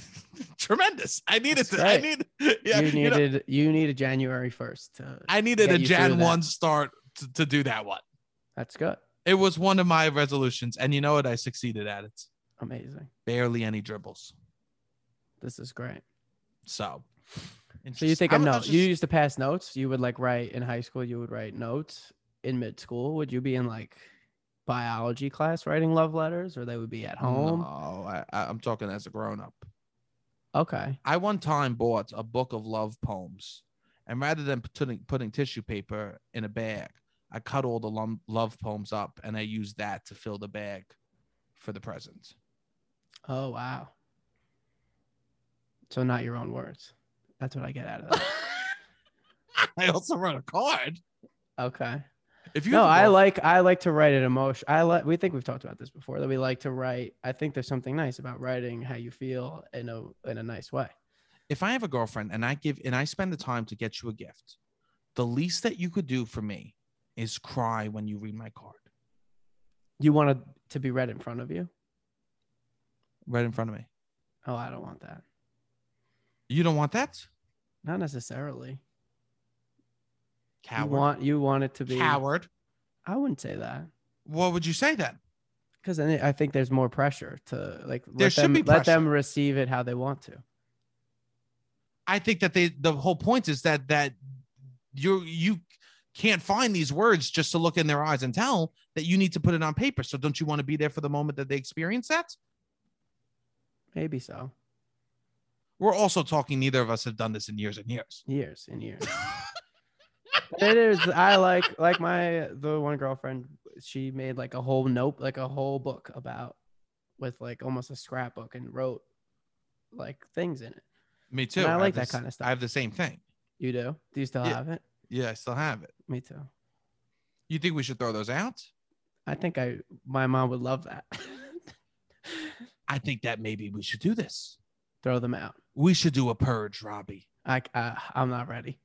S1: tremendous. I needed
S2: That's
S1: to. I
S2: great.
S1: need. Yeah,
S2: you
S1: you know,
S2: needed you needed January first. To,
S1: I needed
S2: get
S1: a
S2: you through
S1: Jan
S2: that.
S1: one start to, to do that one.
S2: that's good.
S1: It was one of my resolutions, and you know what? I succeeded at it.
S2: Amazing.
S1: Barely any dribbles.
S2: This is great.
S1: So.
S2: So you take a
S1: I'm- I
S2: note.
S1: was
S2: you
S1: just-
S2: used to pass notes. You would like write in high school. You would write notes in mid school. Would you be in like biology class writing love letters, or they would be at home?
S1: No, I, I- I'm talking as a grown up.
S2: Okay.
S1: I one time bought a book of love poems, and rather than putting, putting tissue paper in a bag, I cut all the lum- love poems up and I used that to fill the bag for the present.
S2: Oh wow. So not your own words. That's what I get out of that.
S1: I also wrote a card.
S2: okay.
S1: If you
S2: No,
S1: ever
S2: I
S1: go-
S2: like I like to write an emotion. I like we think we've talked about this before that we like to write. I think there's something nice about writing how you feel in a in a nice way.
S1: if I have a girlfriend and I give and I spend the time to get you a gift, the least that you could do for me is cry when you read my card
S2: You want it to be read in front of you?
S1: right in front of me.
S2: Oh, I don't want that.
S1: You don't want that?
S2: Not necessarily.
S1: Coward.
S2: You want you want it to be.
S1: Coward.
S2: I wouldn't say that
S1: What would you say then?
S2: because then I think there's more pressure to like let
S1: There should
S2: them
S1: be
S2: let them receive it how they want to.
S1: I think that they the whole point is that that you you can't find these words just to look in their eyes and tell that you need to put it on paper. So don't you want to be there for the moment that they experience that?
S2: Maybe so.
S1: We're also talking neither of us have done this in years and years.
S2: Years and years. it is i like like my the one girlfriend she made like a whole note like a whole book about with like almost a scrapbook and wrote like things in it
S1: Me too.
S2: I
S1: have
S2: like that
S1: this-
S2: kinda stuff.
S1: I have the same thing.
S2: you do do you still
S1: Yeah.
S2: have it
S1: Yeah, I still have it.
S2: me too
S1: You think we should throw those out?
S2: i think i my mom would love that
S1: I think that maybe we should do this.
S2: throw them out
S1: We should do a purge, Robbie.
S2: I, I i'm not ready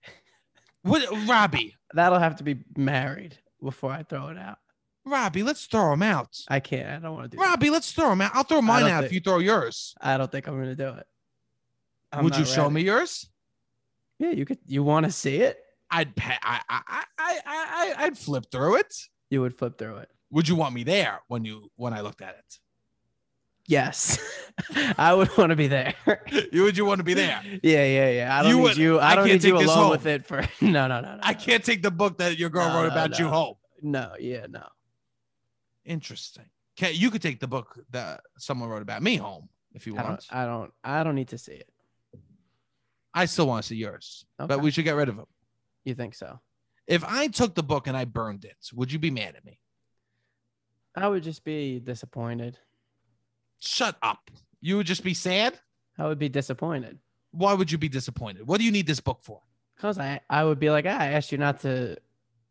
S1: What, Robbie?
S2: that'll have to be married before i throw it out
S1: Robbie, let's throw them out.
S2: i can't i don't want to do that.
S1: Robbie, let's throw them out. I'll throw mine
S2: don't
S1: out if
S2: think-
S1: you throw yours.
S2: i don't think i'm gonna do it I'm
S1: Would you
S2: not
S1: show
S2: ready.
S1: me yours?
S2: yeah you could you want to see it
S1: I'd pa- I, I, I, I, I, I- I'd flip through it.
S2: you would flip through it
S1: Would you want me there when you when I looked at
S2: Yes. I would want to be there.
S1: it? You would you want to be there?
S2: Yeah, yeah, yeah. I don't
S1: You
S2: need
S1: would-
S2: you. I
S1: I
S2: don't
S1: can't
S2: need you
S1: take this
S2: alone
S1: home.
S2: with it for no, no, no, no.
S1: I
S2: no.
S1: can't take the book that your girl
S2: No,
S1: wrote
S2: no,
S1: about you
S2: no.
S1: home.
S2: No, yeah, no,
S1: Interesting. Okay, you could take the book that someone wrote about me home if you
S2: I
S1: want.
S2: don't. I don't. I don't need to see it.
S1: I still want to see yours, but
S2: Okay.
S1: we should get rid of them.
S2: You think so?
S1: If I took the book and I burned it, would you be mad at me?
S2: I would just be disappointed.
S1: Shut up. You would just be sad.
S2: I would be disappointed.
S1: Why would you be disappointed? What do you need this book for?
S2: Because I, I would be like, "Ah, I asked you not to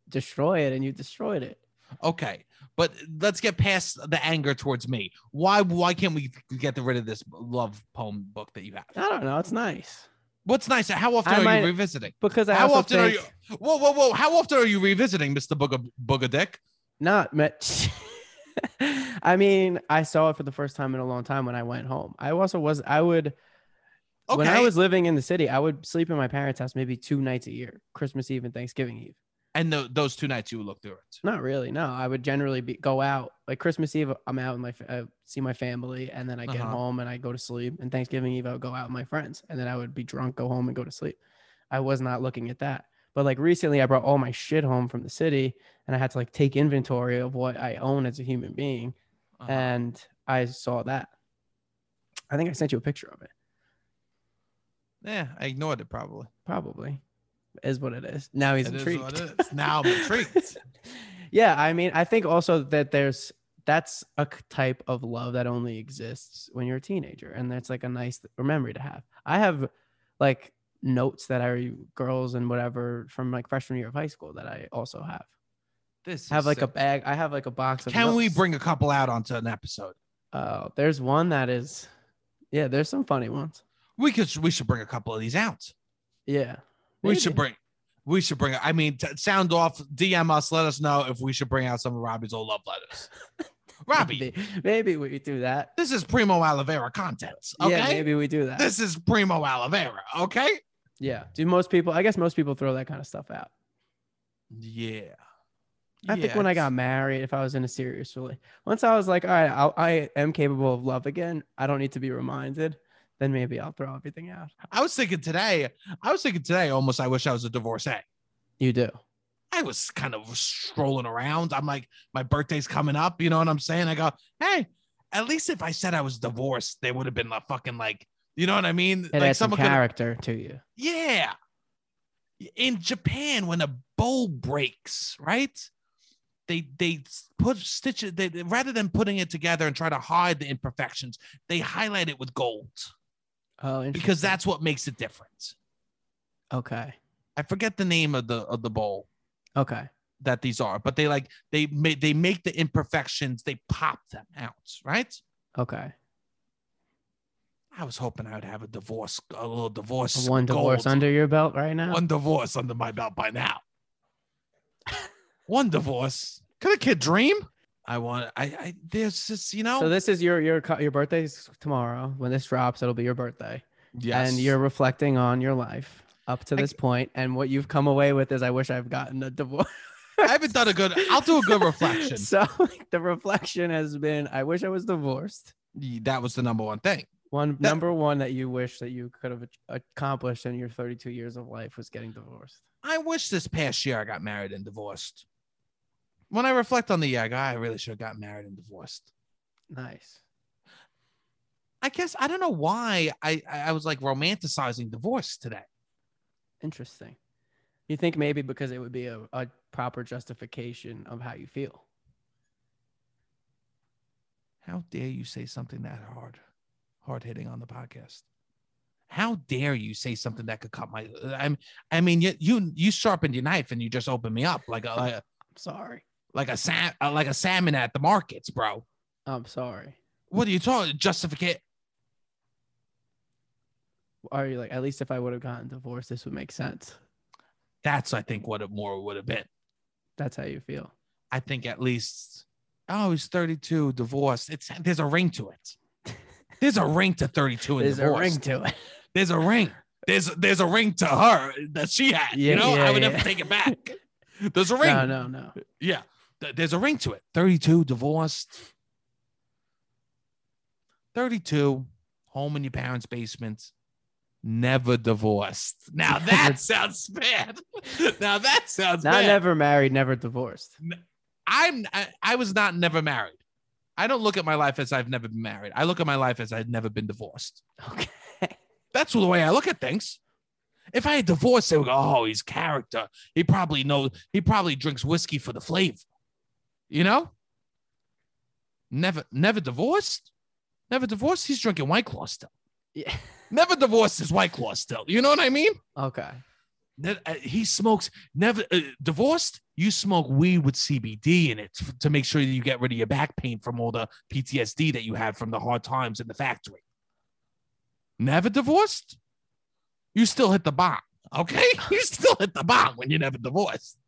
S2: destroy it and you destroyed it.
S1: Okay, but let's get past the anger towards me. Why why can't we get rid of this love poem book that you have?
S2: I don't know. It's nice.
S1: What's nice? How often
S2: I
S1: are
S2: might-
S1: you revisiting?
S2: Because I
S1: How
S2: also
S1: often are
S2: think-
S1: you? Whoa, whoa, whoa! How often are you revisiting, Mister Booga Booga Dick?
S2: Not much. I mean, I saw it for the first time in a long time when I went home. I also was I would
S1: Okay,
S2: when I was living in the city, I would sleep in my parents' house maybe two nights a year, Christmas Eve and Thanksgiving Eve.
S1: and tho- those two nights you looked through it.
S2: Not really. No, I would generally be go out like Christmas Eve. I'm out and my fa- I see my family, and then I get
S1: Uh-huh.
S2: home and I go to sleep. And Thanksgiving Eve, I would go out with my friends, and then I would be drunk, go home, and go to sleep. I was not looking at that. But like recently, I brought all my shit home from the city, and I had to like take inventory of what I own as a human being.
S1: Uh-huh.
S2: and I saw that. I think I sent you a picture of it.
S1: yeah, I ignored it probably.
S2: Probably is what it is. Now he's
S1: It is
S2: intrigued.
S1: what it is. Now I'm intrigued.
S2: yeah, I mean, I think also that there's that's a c- type of love that only exists when you're a teenager, and that's like a nice memory to have. I have like notes that are girls and whatever from like freshman year of high school that I also have.
S1: This
S2: Have
S1: is
S2: like a
S1: sick.
S2: bag. I have like a box of.
S1: Can we
S2: notes.
S1: bring a couple out onto an episode?
S2: Oh, there's one that is. Yeah, there's some funny ones.
S1: We could. We should bring a couple of these out.
S2: Yeah.
S1: We should
S2: Maybe.
S1: bring. We should bring. I mean, t- sound off. DM us. Let us know if we should bring out some of Robbie's old love letters. Robbie,
S2: Maybe, maybe we do that.
S1: this is primo aloe vera content. Okay,
S2: Yeah, maybe we do that.
S1: this is primo aloe vera. Okay.
S2: yeah. Do most people, I guess most people throw that kind of stuff out.
S1: Yeah.
S2: I think when I got married, if I was in a serious relationship, once I was like, all right, I'll, I am capable of love again, I don't need to be reminded, then maybe I'll throw everything out.
S1: I was thinking today, I was thinking today almost I wish I was a divorcee.
S2: You do.
S1: I was kind of strolling around. I'm like, my birthday's coming up. You know what I'm saying? I go, hey, at least if I said I was divorced, they would have been like fucking like, you know what I mean?
S2: It
S1: like
S2: adds some
S1: could-
S2: character to you.
S1: Yeah. In Japan, when a bowl breaks, right? They they put stitch it they, rather than putting it together and try to hide the imperfections, they highlight it with gold
S2: Oh,
S1: because
S2: interesting.
S1: that's what makes it different.
S2: okay.
S1: I forget the name of the of the bowl
S2: Okay.
S1: that these are, but they like they make they make the imperfections, they pop them out, right?
S2: Okay.
S1: I was hoping I would have a divorce, a little divorce,
S2: One
S1: gold.
S2: divorce under your belt right now.
S1: one divorce under my belt by now. one divorce. Could a kid dream? I want. I. I there's just you know.
S2: So this is your your co- your birthday's tomorrow. When this drops, it'll be your birthday.
S1: yes.
S2: and you're reflecting on your life up to
S1: I-
S2: this point, and what you've come away with is i wish i've gotten a divorce
S1: I haven't done a good. I'll do a good reflection.
S2: so the reflection has been i wish i was divorced
S1: that was the number one thing.
S2: one
S1: That-
S2: number one that you wish that you could have ac- accomplished in your 32 years of life was getting divorced
S1: I wish this past year I got married and divorced. When I reflect on the year, I go, I really should have got married and divorced.
S2: nice
S1: I guess I don't know why I I I was like romanticizing divorce today.
S2: interesting you think maybe because it would be a, a proper justification of how you feel
S1: How dare you say something that hard, hard hitting on the podcast? How dare you say something that could cut my? I'm, I mean, you you you sharpened your knife and you just opened me up like a like a
S2: i'm sorry
S1: like a, sa- uh, like a salmon at the markets, bro.
S2: i'm sorry
S1: What are you talking? Justificate?
S2: are you like at least if i would have gotten divorced this would make sense
S1: That's I think what it more would have been.
S2: that's how you feel
S1: I think at least oh he's 32, divorced. It's there's a ring to it. There's a ring to 32 and
S2: there's
S1: divorced.
S2: a ring to it
S1: There's a ring. There's there's a ring to her that she had.
S2: Yeah,
S1: you know,
S2: yeah,
S1: I would
S2: yeah.
S1: never take it back. There's a ring.
S2: no no no
S1: Yeah. Th- There's a ring to it. 32, divorced. 32, home in your parents' basement. Never divorced. Now that sounds bad. Now that sounds
S2: Not
S1: bad.
S2: never married, never divorced.
S1: I'm I, I was not never married. I don't look at my life as I've never been married. I look at my life as I've never been divorced.
S2: Okay.
S1: That's the way I look at things. If I had divorced, they would go, "Oh, he's character. He probably knows. He probably drinks whiskey for the flavor." You know. Never, never divorced. Never divorced. He's drinking White Claw still.
S2: Yeah.
S1: Never divorced is White Claw still. You know what I mean?
S2: Okay.
S1: Ne- uh, He smokes never uh, divorced. You smoke weed with CBD in it f- to make sure that you get rid of your back pain from all the PTSD that you had from the hard times in the factory. Never divorced. You still hit the bottom. Okay, you still hit the bottom when you're never divorced. I-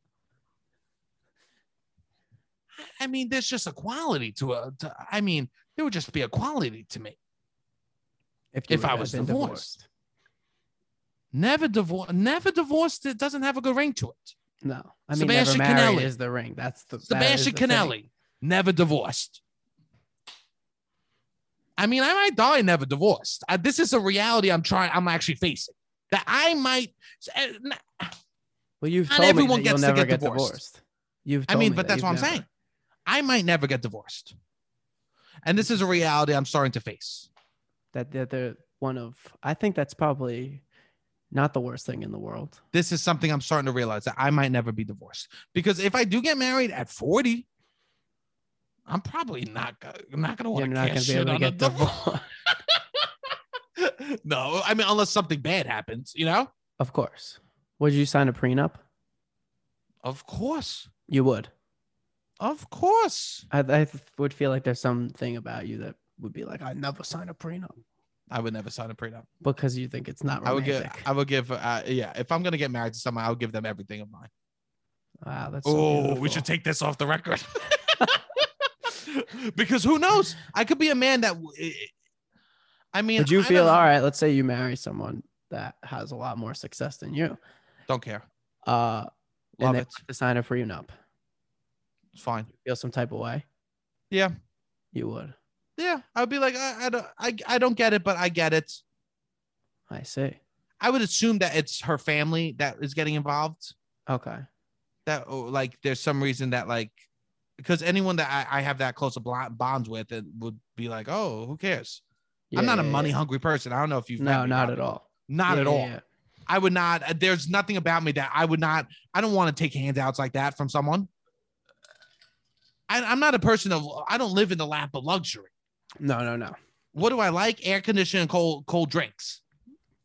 S1: I mean, there's just a quality to a. To, I mean, there would just be a quality to me.
S2: you
S1: If I
S2: had
S1: was
S2: been
S1: divorced. Never divorced. Never divorced. It doesn't have a good ring to it.
S2: no, I mean,
S1: Sebastian
S2: never married
S1: Canelli.
S2: is the ring. That's the that is
S1: Sebastian
S2: the thing.
S1: Canelli, never divorced. I mean, I might die never divorced. I, this is a reality I'm trying. I'm actually facing that I might. eh, n-
S2: Well, you've
S1: Not
S2: told
S1: everyone
S2: me that
S1: gets to
S2: you'll never get
S1: get divorced.
S2: divorced. You've.
S1: I
S2: told
S1: mean,
S2: me
S1: but
S2: that
S1: that's
S2: you've
S1: what I'm
S2: never.
S1: saying. I might never get divorced, and this is a reality I'm starting to face.
S2: That that they're one of. I think that's probably not the worst thing in the world.
S1: This is something I'm starting to realize that I might never be divorced because if I do get married at 40, I'm probably not go- not gonna
S2: You're
S1: want
S2: not
S1: to
S2: going
S1: cash
S2: to be
S1: in
S2: able to
S1: on a
S2: get
S1: divorce.
S2: divorced.
S1: no, I mean, unless something bad happens, you know?
S2: of course. Would you sign a prenup?
S1: Of course.
S2: You would.
S1: Of course.
S2: I, I would feel like there's something about you that would be like, I never sign a prenup
S1: I would never sign a prenup.
S2: because you think it's not
S1: I would
S2: romantic.
S1: give, I would give, uh, yeah, if I'm going to get married to someone, I would give them everything of mine.
S2: wow, that's.
S1: oh, we should take this off the record. because who knows? I could be a man that, w- I mean,
S2: Would you
S1: I
S2: feel
S1: don't,
S2: all right? Let's say you marry someone that has a lot more success than you,
S1: Don't care.
S2: uh,
S1: Love
S2: and they
S1: it.
S2: have to sign a prenup.
S1: It's fine.
S2: Feel some type of way.
S1: Yeah.
S2: You would.
S1: Yeah. I would be like, I, I, don't, I, I don't get it, but I get it.
S2: I see.
S1: I would assume that it's her family that is getting involved.
S2: Okay.
S1: that oh, like there's some reason that like because anyone that I, I have that close a blo- bonds with it would be like oh who cares
S2: Yeah,
S1: I'm not
S2: yeah,
S1: a money
S2: yeah.
S1: hungry person I don't know if you've met
S2: No,
S1: me,
S2: not
S1: Rob.
S2: at all.
S1: not
S2: Yeah,
S1: at
S2: yeah,
S1: all
S2: yeah.
S1: I would not uh, there's nothing about me that I would not I don't want to take handouts like that from someone I, I'm not a person of I don't live in the lap of luxury
S2: No, no, no.
S1: what do I like air conditioning and cold cold drinks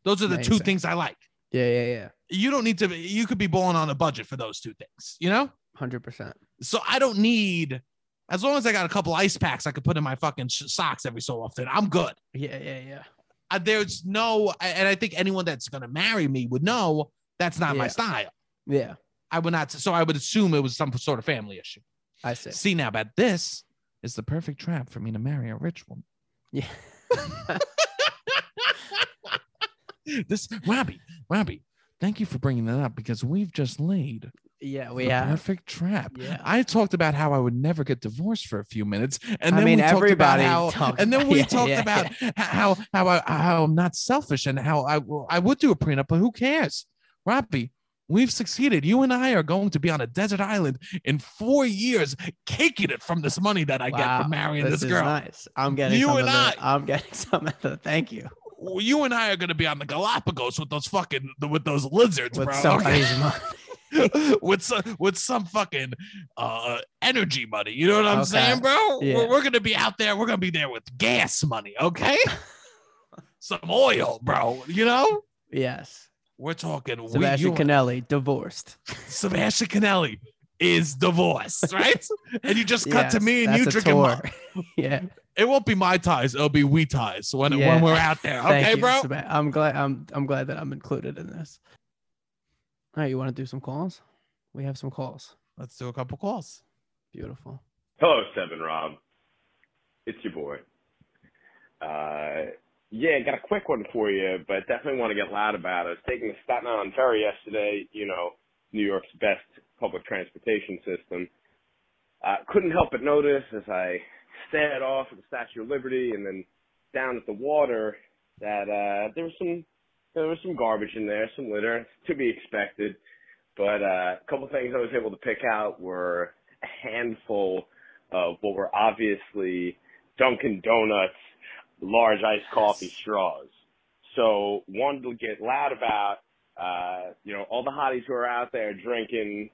S1: those are the two
S2: Amazing.
S1: things I like
S2: Yeah, yeah, yeah.
S1: you don't need to be- you could be balling on a budget for those two things you know
S2: Hundred percent.
S1: So I don't need, as long as I got a couple ice packs I could put in my fucking sh- socks every so often, I'm good.
S2: Yeah, yeah, yeah.
S1: Uh, there's no, I- and I think anyone that's going to marry me would know that's not my
S2: Yeah.
S1: style.
S2: Yeah.
S1: I would not, so I would assume it was some sort of family issue.
S2: I see.
S1: See now, but this is the perfect trap for me to marry a rich woman.
S2: Yeah.
S1: This, Robbie, Robbie, thank you for bringing that up because we've just laid
S2: Yeah, we
S1: the
S2: have.
S1: perfect trap.
S2: Yeah.
S1: I talked about how I would never get divorced for a few minutes, and
S2: I
S1: then
S2: mean,
S1: we talked about
S2: everybody
S1: how,
S2: talks
S1: and then
S2: about-
S1: we
S2: yeah,
S1: talked
S2: yeah,
S1: about h- how how I how I'm not selfish and how I w- I would do a prenup, but who cares? Robbie, we've succeeded. You and I are going to be on a desert island in four years, caking it from this money that I get
S2: Wow,
S1: from marrying
S2: this
S1: this,
S2: is
S1: girl.
S2: nice. I'm getting
S1: You
S2: some
S1: and
S2: of
S1: I.
S2: the, I'm getting some of the thank you
S1: You and I are going to be on the Galapagos with those fucking with those lizards,
S2: with
S1: bro.
S2: somebody's money.
S1: with some with some fucking uh energy money. You know what I'm
S2: Okay.
S1: saying, bro?
S2: Yeah.
S1: We're, we're gonna be out there. We're gonna be there with gas money, okay? some oil, bro. You know,
S2: Yes.
S1: we're talking.
S2: Sebastian
S1: we, you,
S2: Canelli divorced.
S1: Sebastian Canelli is divorced, right? and you just cut to
S2: Yes,
S1: me and you
S2: that's a
S1: drinking. mo-
S2: tour. yeah.
S1: It won't be my ties. It'll be we ties when
S2: Yeah.
S1: when we're out there,
S2: Thank
S1: okay,
S2: you,
S1: bro?
S2: Seba- I'm glad I'm I'm glad that I'm included in this. All right, you want to do some calls? We have some calls.
S1: Let's do a couple calls.
S2: Beautiful.
S3: Hello, Seven Rob. It's your boy. Uh, yeah, got a quick one for you, but definitely want to get loud about it. I was taking the Staten Island Ferry yesterday, you know, New York's best public transportation system. Uh, couldn't help but notice as I stared off at the Statue of Liberty and then down at the water that uh, there was some there was some garbage in there, some litter, to be expected. But uh, a couple things I was able to pick out were a handful of what were obviously Dunkin' Donuts large iced coffee straws. So wanted to get loud about, uh, you know, all the hotties who are out there drinking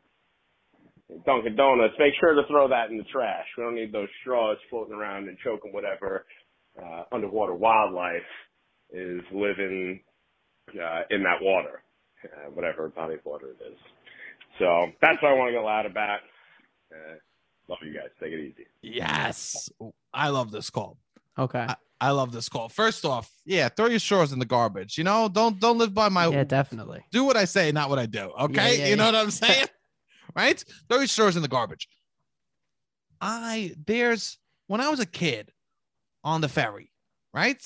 S3: Dunkin' Donuts. Make sure to throw that in the trash. We don't need those straws floating around and choking whatever uh, underwater wildlife is living uh, in that water. uh, whatever Bonnie Porter it is. So that's what I want to get loud about. Uh, love you guys. Take it easy.
S1: Yes. I love this call.
S2: Okay.
S1: I love this call. First off, yeah, throw your shorts in the garbage. You know, don't don't live by my
S2: yeah, definitely.
S1: do what I say, not what I do. Okay.
S2: yeah,
S1: you know
S2: yeah.
S1: what I'm saying? right? Throw your shorts in the garbage. I, there's, when I was a kid on the ferry, right?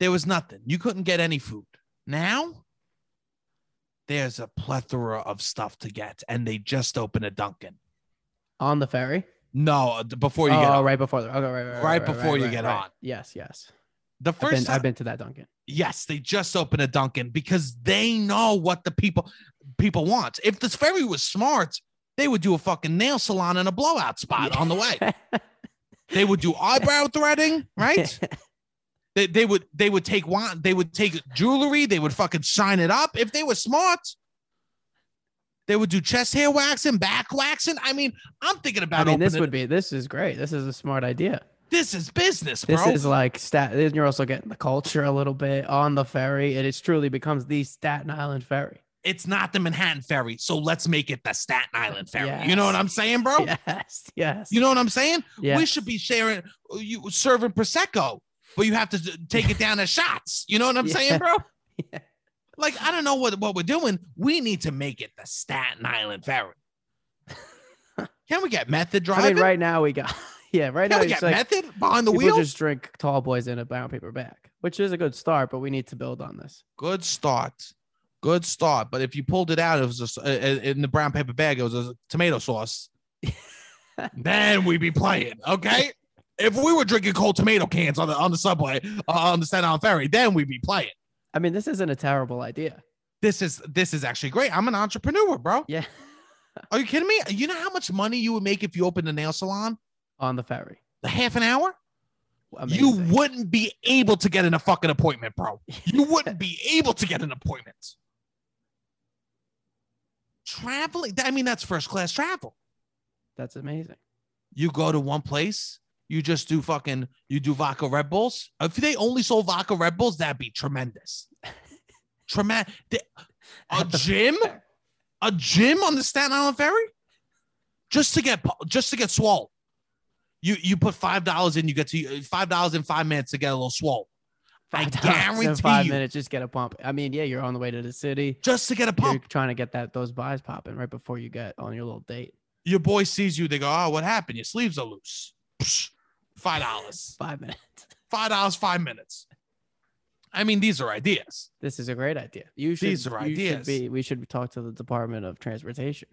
S1: There was nothing. You couldn't get any food. Now, there's a plethora of stuff to get, and they just opened a Dunkin'.
S2: On the ferry.
S1: No, uh, before you
S2: oh,
S1: get
S2: oh,
S1: on.
S2: right before the okay, right, right, right,
S1: Right before you get
S2: right.
S1: on.
S2: Yes, yes. i
S1: The
S2: I've been,
S1: first time,
S2: I've been to that Duncan.
S1: yes, they just opened a Dunkin' because they know what the people people want. If this ferry was smart, they would do a fucking nail salon and a blowout spot on the way. They would do eyebrow threading, right? They, they would they would take wine, they would take jewelry, they would fucking shine it up. If they were smart, they would do chest hair waxing, back waxing. I mean, I'm thinking
S2: I
S1: about
S2: mean, this
S1: opening-
S2: would be this is great. This is a smart idea.
S1: this is business, bro.
S2: This is like stat. then You're also getting the culture a little bit on the ferry, and it's truly becomes the Staten Island ferry.
S1: it's not the Manhattan ferry, so let's make it the Staten Island ferry. You know what
S2: Yes.
S1: I'm saying, bro?
S2: Yes, yes.
S1: You know what I'm saying?
S2: yes.
S1: We should be sharing you serving prosecco, but you have to d- take it down as shots. You know what I'm
S2: Yeah.
S1: saying, bro?
S2: Yeah.
S1: Like I don't know what what we're doing. We need to make it the Staten Island ferry. Can we get
S2: I
S1: method driving?
S2: mean, right now we got yeah. Right
S1: Can
S2: now
S1: we
S2: it's
S1: get
S2: like
S1: method behind the
S2: people
S1: wheel?
S2: just drink tall boys in a brown paper bag, which is a good start, but we need to build on this.
S1: Good start. Good start. But if you pulled it out, it was just uh, uh, in the brown paper bag. It was a tomato sauce. then we'd be playing, okay? If we were drinking cold tomato cans on the on the subway uh, on the Staten Island ferry, then we'd be playing.
S2: I mean, this isn't a terrible idea.
S1: This is this is actually great. I'm an entrepreneur, bro.
S2: Yeah,
S1: Are you kidding me? You know how much money you would make if you opened a nail salon?
S2: on the ferry.
S1: A half an hour?
S2: Amazing.
S1: You wouldn't be able to get in a fucking appointment, bro. You wouldn't be able to get an appointment. Traveling, I mean, that's first class travel.
S2: That's amazing.
S1: You go to one place, you just do fucking, you do vodka Red Bulls. If they only sold vodka Red Bulls, that'd be tremendous. Tremendous. A
S2: At the
S1: gym, a gym on the Staten Island Ferry, just to get pu- just to get swole. You you put five dollars in, you get to five dollars in five minutes to get a little swole. I
S2: Five dollars in
S1: guarantee
S2: five
S1: you.
S2: minutes, just get a pump. I mean, yeah, you're on the way to the city.
S1: just to get a
S2: You're
S1: pump.
S2: trying to get that those buys popping right before you get on your little date.
S1: Your boy sees you, they go, "Oh, what happened? Your sleeves are loose." Psh, five dollars,
S2: Five minutes.
S1: five dollars, five minutes. I mean, these are ideas.
S2: This is a great idea. You should.
S1: These are
S2: you should
S1: ideas.
S2: be- we should talk to the Department of Transportation.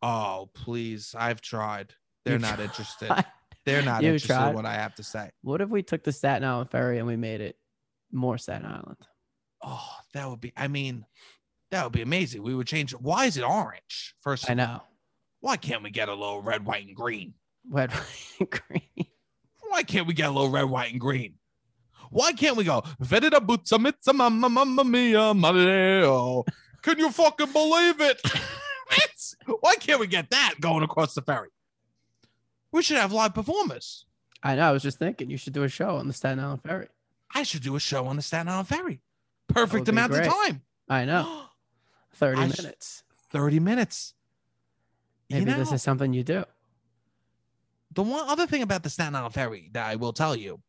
S1: Oh, please, I've tried. They're
S2: You
S1: not
S2: tried.
S1: interested. They're not
S2: You
S1: interested
S2: tried.
S1: in what I have to say.
S2: What if we took the Staten Island ferry and we made it more Staten Island?
S1: Oh, that would be. I mean, that would be amazing. We would change. Why is it orange? First,
S2: I know.
S1: why can't we get a little red, white, and green?
S2: Red, white, and green.
S1: Why can't we get a little red, white, and green? Why can't we go? Vedida butsa mitsa mamma mamma mia maleo. Can you fucking believe it? Right? Why can't we get that going across the ferry? We should have live performers.
S2: I know. I was just thinking you should do a show on the Staten Island ferry.
S1: I should do a show on the Staten Island ferry. Perfect
S2: be
S1: amount of
S2: great.
S1: time.
S2: I know. Thirty
S1: I sh-
S2: minutes.
S1: 30 minutes. You
S2: Maybe this
S1: know-
S2: is something you do.
S1: the one other thing about the Staten Island Ferry that I will tell you,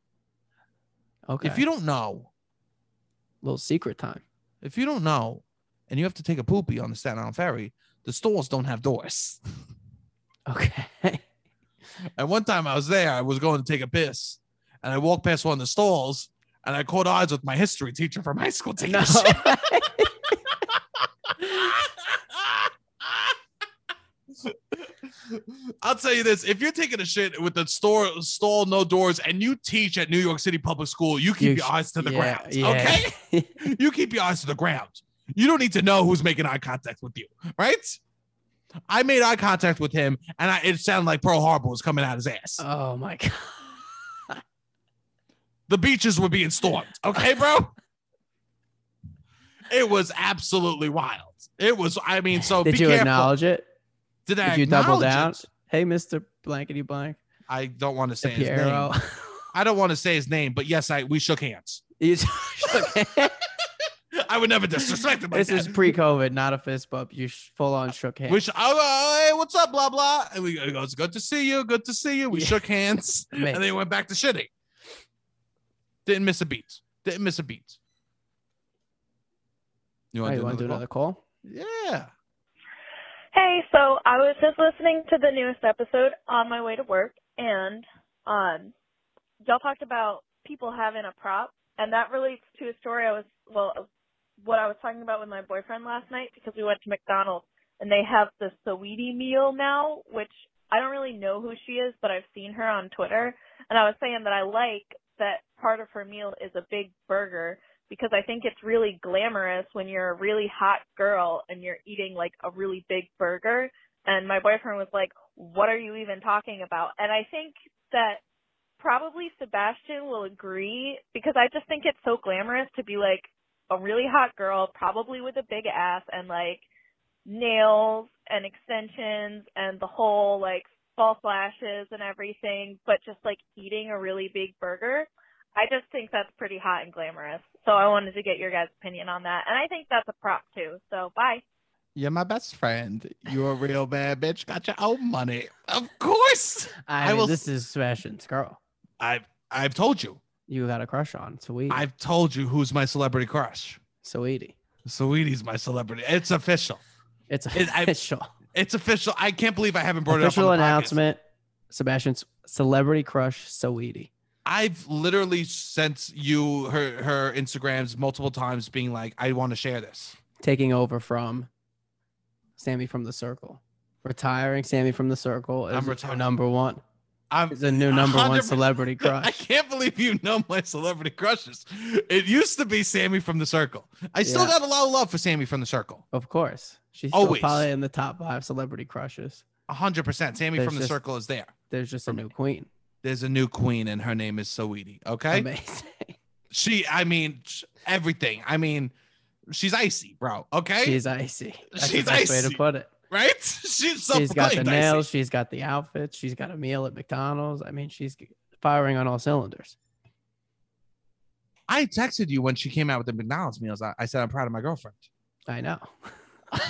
S2: Okay.
S1: if you don't know,
S2: little secret time.
S1: if you don't know, and you have to take a poopy on the Staten Island Ferry, the stores don't have doors.
S2: Okay.
S1: And one time I was there, I was going to take a piss, and I walked past one of the stalls, and I caught eyes with my history teacher from high school. Taking
S2: No.
S1: a shit. I'll tell you this: if you're taking a shit with the store stall no doors, and you teach at New York City Public School, you keep
S2: You
S1: your
S2: sh-
S1: eyes to the
S2: yeah,
S1: ground.
S2: yeah.
S1: Okay. you keep your eyes to the ground. You don't need to know who's making eye contact with you, right? I made eye contact with him, and I, it sounded like Pearl Harbor was coming out his ass.
S2: Oh my god.
S1: the beaches were being stormed. Okay, bro. it was absolutely wild. It was. I mean, so
S2: Did
S1: Oh, be
S2: you
S1: careful.
S2: acknowledge it?
S1: Did I
S2: Did you double
S1: acknowledge
S2: down?
S1: it?
S2: Hey, Mr. Blankety Blank.
S1: I don't want to say his
S2: Piero.
S1: name. I don't want to say his name, but yes, I we shook hands.
S2: You just-
S1: I would never disrespect him. Like
S2: This
S1: that.
S2: is pre-COVID, not a fist bump. You sh- full on shook hands.
S1: Which I, oh, hey, what's up, blah blah, and we go, it's good to see you, good to see you. We
S2: Yeah.
S1: shook hands,
S2: Mate.
S1: and they went back to shitting. Didn't miss a beat. Didn't miss a beat. You
S2: All
S1: want
S2: right,
S1: to
S2: Oh, you want
S1: do
S2: to do another call?
S1: another? call? Yeah.
S4: Hey, so I was just listening to the newest episode on my way to work, and um, y'all talked about people having a prop, and that relates to a story I was well, what I was talking about with my boyfriend last night because we went to McDonald's and they have the Saweetie meal now, which I don't really know who she is, but I've seen her on Twitter, and I was saying that I like that part of her meal is a big burger because I think it's really glamorous when you're a really hot girl and you're eating like a really big burger. And my boyfriend was like, what are you even talking about? And I think that probably Sebastian will agree because I just think it's so glamorous to be like a really hot girl, probably with a big ass and like nails and extensions and the whole like false lashes and everything, but just like eating a really big burger. I just think that's pretty hot and glamorous. So I wanted to get your guys' opinion on that. And I think that's a prop too. So bye.
S1: You're my best friend. You're a real bad bitch. Got your own money. Of course.
S2: I,
S1: I
S2: mean,
S1: will-
S2: This is Sebastian's girl.
S1: I've I've told you.
S2: You got a crush on Saweetie.
S1: I've told you who's my celebrity crush.
S2: Saweetie.
S1: Saweetie's my celebrity. It's official.
S2: It's
S1: It- I-
S2: official.
S1: It's official. I can't believe I haven't brought it
S2: official
S1: up. on the podcast.
S2: announcement. Sebastian's celebrity crush Saweetie.
S1: I've literally sent you her her Instagrams multiple times, being like, I want to share this.
S2: taking over from Sammy from the Circle. Retiring Sammy from the Circle is
S1: I'm
S2: our
S1: retired.
S2: number one.
S1: I'm.
S2: Is a new number one
S1: 100%
S2: celebrity
S1: I
S2: crush.
S1: can't believe you know my celebrity crushes. It used to be Sammy from the Circle. I still
S2: Yeah.
S1: got a lot of love for Sammy from the Circle.
S2: Of course, she's
S1: Always.
S2: still probably in the top five celebrity crushes.
S1: hundred percent. Sammy
S2: There's
S1: from the
S2: just-
S1: Circle is there.
S2: There's just
S1: For
S2: a new queen.
S1: There's a new queen, and her name is Saweetie. Okay.
S2: Amazing.
S1: She, I mean, sh- everything. I mean, she's icy, bro. Okay,
S2: She's icy. That's
S1: She's
S2: the best way
S1: icy.
S2: to put it.
S1: right? She's
S2: She's got the
S1: self-proclaimed icy.
S2: nails. She's got the outfits. She's got a meal at McDonald's. I mean, she's firing on all cylinders.
S1: I texted you when she came out with the McDonald's meals. I, I said I'm proud of my girlfriend.
S2: I know. Which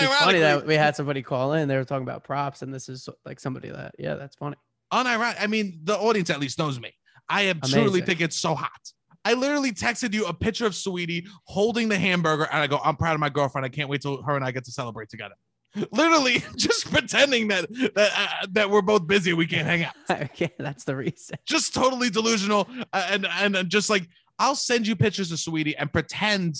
S2: is funny that
S1: Unironically,
S2: we had somebody call in. They were talking about props, and this is like somebody that, yeah, that's funny.
S1: unironic. I mean, the audience at least knows me. I am truly
S2: Amazing.
S1: think it's so hot. I literally texted you a picture of Sweetie holding the hamburger, and I go, "I'm proud of my girlfriend. I can't wait till her and I get to celebrate together." Literally, just pretending that that uh, that we're both busy, we can't hang out.
S2: okay, that's the reason.
S1: just totally delusional uh, and and I'm just like I'll send you pictures of Sweetie and pretend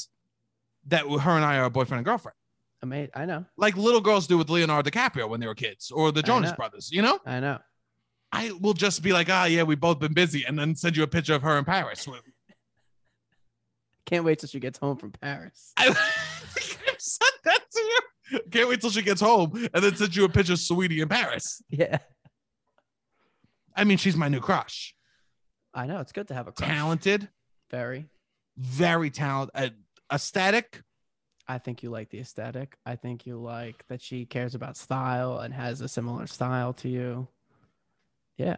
S1: that her and I are boyfriend and girlfriend,
S2: I mean, I know,
S1: like little girls do with Leonardo DiCaprio when they were kids, or the Jonas
S2: know.
S1: Brothers. You know,
S2: I know.
S1: I will just be like, ah, yeah, we've both been busy, and then send you a picture of her in Paris.
S2: Can't wait till she gets home from Paris.
S1: I I've sent that to her. Can't wait till she gets home, and then send you a picture of Sweetie in Paris.
S2: Yeah,
S1: I mean, she's my new crush.
S2: I know. It's good to have a crush.
S1: Talented,
S2: Very.
S1: very talented, aesthetic.
S2: I think you like the aesthetic. I think you like that she cares about style and has a similar style to you. Yeah,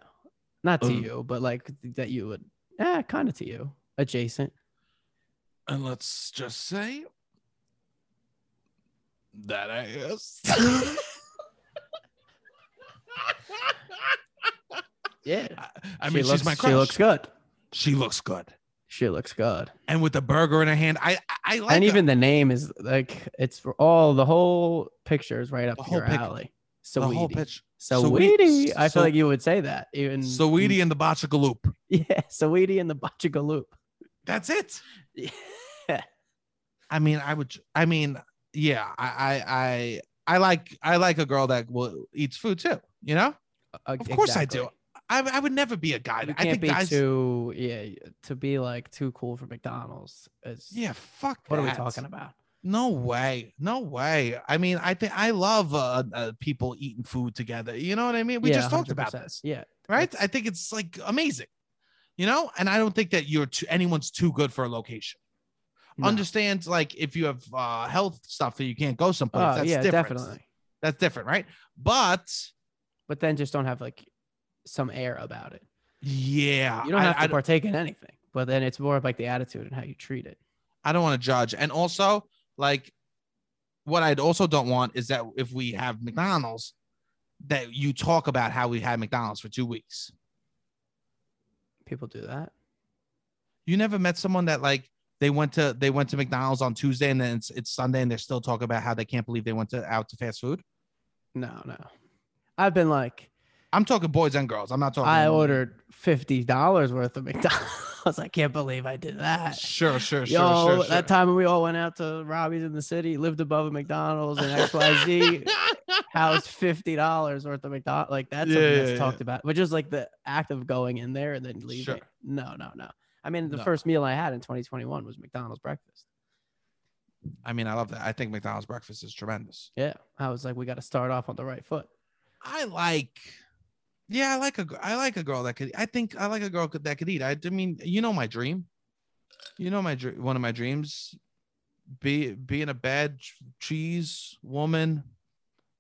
S2: not to
S1: Mm.
S2: you, but like that you would. Yeah, kind of to you, adjacent.
S1: And let's just say that I guess.
S2: Yeah.
S1: I, I
S2: she
S1: mean,
S2: looks,
S1: she's my crush.
S2: She looks good.
S1: good.
S2: She looks good.
S1: And with the burger in her hand, I I, I like
S2: and
S1: her.
S2: even the name is like it's for all the whole picture is right up
S1: The whole
S2: your
S1: pic-
S2: alley.
S1: the
S2: So
S1: whole pitch.
S2: Saweetie. I
S1: So-
S2: feel like you would say that. Even
S1: Saweetie and the Bachagaloop.
S2: Yeah, Saweetie and the Bachigaloop.
S1: That's it.
S2: Yeah.
S1: I mean, I would. I mean, yeah. I I I, I like I like a girl that will eats food too. You know, of course I do. I I would never be a guy.
S2: You
S1: I
S2: can't
S1: think
S2: be
S1: guys.
S2: too yeah to be like too cool for McDonald's. Is,
S1: yeah, fuck.
S2: What are we
S1: that.
S2: talking about?
S1: No way. No way. I mean, I think I love uh, uh, people eating food together. You know what I mean? We
S2: Yeah,
S1: just talked about
S2: 100%.
S1: this,
S2: Yeah.
S1: right? I think it's like amazing. You know, and I don't think that you're too, anyone's too good for a location.
S2: No.
S1: Understand, like if you have uh, health stuff that you can't go someplace,
S2: Oh,
S1: that's
S2: yeah,
S1: different.
S2: definitely.
S1: That's different, right? But
S2: But then just don't have like some air about it.
S1: yeah,
S2: You don't
S1: I-
S2: have to
S1: Uh, I,
S2: partake in anything. But then it's more of like the attitude and how you treat it.
S1: I don't want to judge. And also, like, what I'd also don't want is that if we have McDonald's, that you talk about how we had McDonald's for two weeks.
S2: People do that.
S1: You never met someone that like they went to they went to McDonald's on Tuesday and then it's, it's Sunday and they're still talking about how they can't believe they went to out to fast food.
S2: No, no. I've been like,
S1: I'm talking boys and girls. I'm not talking.
S2: I ordered fifty dollars worth of McDonald's. I can't believe I did that.
S1: Sure, sure, sure,
S2: Yo,
S1: sure. sure.
S2: that time when we all went out to Robbie's in the city, lived above a McDonald's and XYZ, housed fifty dollars worth of McDonald's. Like that's something
S1: Yeah,
S2: that's
S1: yeah, yeah.
S2: talked about. But just like the act of going in there and then leaving.
S1: Sure.
S2: No, no, no. I mean, the
S1: No.
S2: first meal I had in 2021 was McDonald's breakfast.
S1: I mean, I love that. I think McDonald's breakfast is tremendous.
S2: Yeah, I was like, we got to start off on the right foot.
S1: I like, yeah, I like a, gr- I like a girl that could. I think I like a girl could, that could eat. I, d- mean, you know my dream, you know my dr- one of my dreams, be being a bad ch- cheese woman,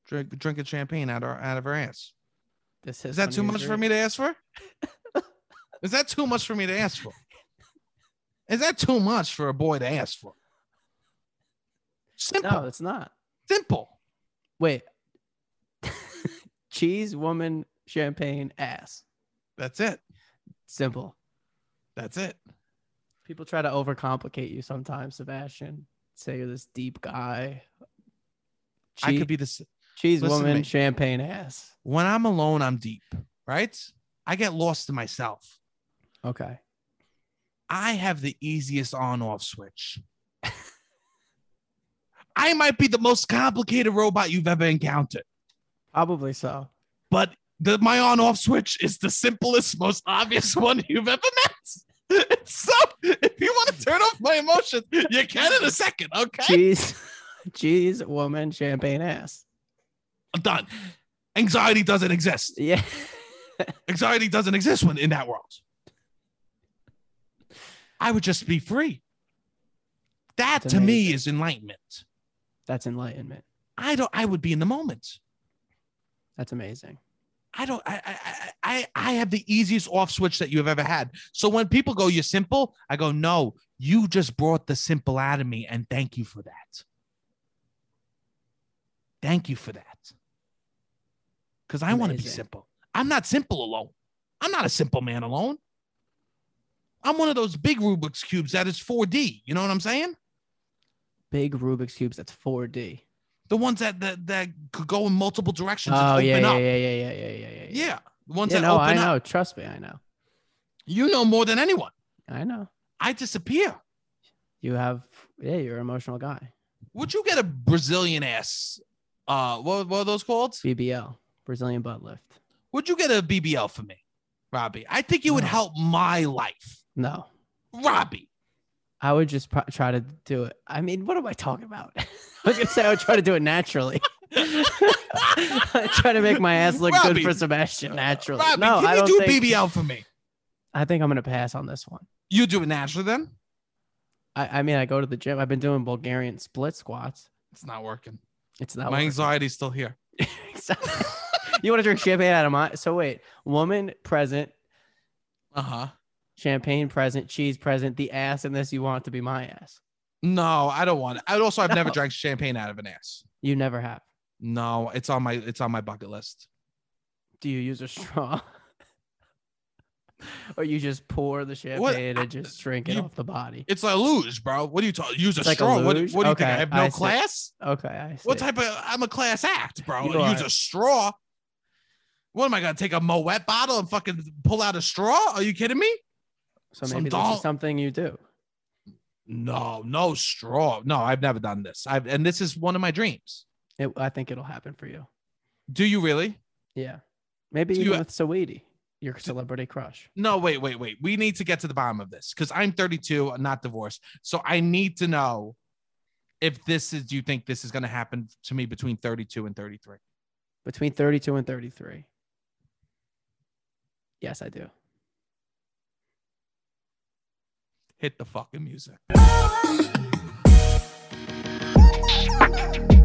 S1: drink drinking champagne out of out of her ass.
S2: This
S1: Is that too much for me to ask for? Is that too much for me to ask for? Is that too much for a boy to ask for? Simple,
S2: No, it's not.
S1: simple.
S2: Wait. Cheese, woman, champagne, ass.
S1: That's it.
S2: Simple.
S1: That's it.
S2: People try to overcomplicate you sometimes, Sebastian. Say you're this deep guy. Cheese,
S1: I could be this
S2: cheese
S1: listen to
S2: woman,
S1: me.
S2: champagne, ass.
S1: when I'm alone, I'm deep, right? I get lost in myself.
S2: Okay.
S1: I have the easiest on off switch. I might be the most complicated robot you've ever encountered,
S2: Probably so.
S1: but the, my on off switch is the simplest, most obvious one you've ever met. It's so if you want to turn off my emotions, you can in a second, okay?
S2: Cheese, cheese, woman, champagne, ass.
S1: I'm done. Anxiety doesn't exist.
S2: Yeah.
S1: Anxiety doesn't exist when in that world. I would just be free. That
S2: It's
S1: to me
S2: amazing.
S1: is enlightenment.
S2: That's enlightenment.
S1: I don't. I would be in the moment.
S2: That's amazing.
S1: I don't. I. I. I, I I have the easiest off switch that you have ever had. So when people go, "You're simple," I go, "No, you just brought the simple out of me, and thank you for that. Thank you for that. Because I want to be
S2: Amazing.
S1: simple. I'm not simple alone. I'm not a simple man alone. I'm one of those big Rubik's cubes that is 4D. You know what I'm saying?
S2: Big Rubik's cubes. That's 4D.
S1: The ones that that, that could go in multiple directions. and
S2: Oh yeah,
S1: open
S2: yeah,
S1: up.
S2: yeah, yeah, yeah, yeah, yeah, yeah.
S1: Yeah, the ones
S2: Yeah,
S1: that
S2: no,
S1: open
S2: I
S1: up.
S2: know. Trust me, I know.
S1: You know more than anyone.
S2: I know.
S1: I disappear.
S2: You have, yeah, you're an emotional guy.
S1: Would you get a Brazilian ass? Uh, what, what are those called?
S2: BBL, Brazilian butt lift.
S1: Would you get a BBL for me, Robbie? I think you would
S2: No.
S1: help my life,
S2: No,
S1: Robbie.
S2: I would just pro- try to do it. I mean, what am I talking about? I was gonna say I would try to do it naturally. I try to make my ass look
S1: Robbie.
S2: good for Sebastian naturally.
S1: Robbie,
S2: no, I
S1: can
S2: don't
S1: you do
S2: think,
S1: BBL for me?
S2: I think I'm gonna pass on this one.
S1: You do it naturally then.
S2: I, I mean, I go to the gym. I've been doing Bulgarian split squats.
S1: It's not working.
S2: It's not
S1: my
S2: working.
S1: anxiety's still here.
S2: you want to drink champagne out of my? So wait, woman present,
S1: Uh
S2: Uh-huh.
S1: huh.
S2: champagne present, cheese present, the ass in this you want to be my ass.
S1: No, I don't want it. I also I've never
S2: No.
S1: drank champagne out of an ass.
S2: You never have.
S1: No, it's on my it's on my bucket list.
S2: Do you use a straw? or you just pour the champagne
S1: What-
S2: and just drink it
S1: you-
S2: off the body?
S1: It's like a luge, bro. What are you talking? Use a
S2: It's like a
S1: straw. what,
S2: luge?
S1: what do you think?
S2: Okay,
S1: I have no
S2: I see.
S1: class.
S2: Okay, I see.
S1: What type of? I'm a class act, bro.
S2: You
S1: use
S2: are.
S1: a straw. What am I gonna take a Moet bottle and fucking pull out a straw? Are you kidding me?
S2: So
S1: some
S2: maybe this
S1: dog-
S2: is something you do.
S1: No, no straw. No, I've never done this. I've and this is one of my dreams.
S2: It, I think it'll happen for you.
S1: Do you really?
S2: Yeah, maybe
S1: Do
S2: even
S1: you-
S2: with Saweetie, your celebrity crush.
S1: No, wait, wait, wait. We need to get to the bottom of this because I'm 32, I'm not divorced. So I need to know if this is. Do you think this is gonna happen to me between 32 and 33?
S2: Between 32 and 33. Yes, I do.
S1: Hit the fucking music.
S5: Thank you.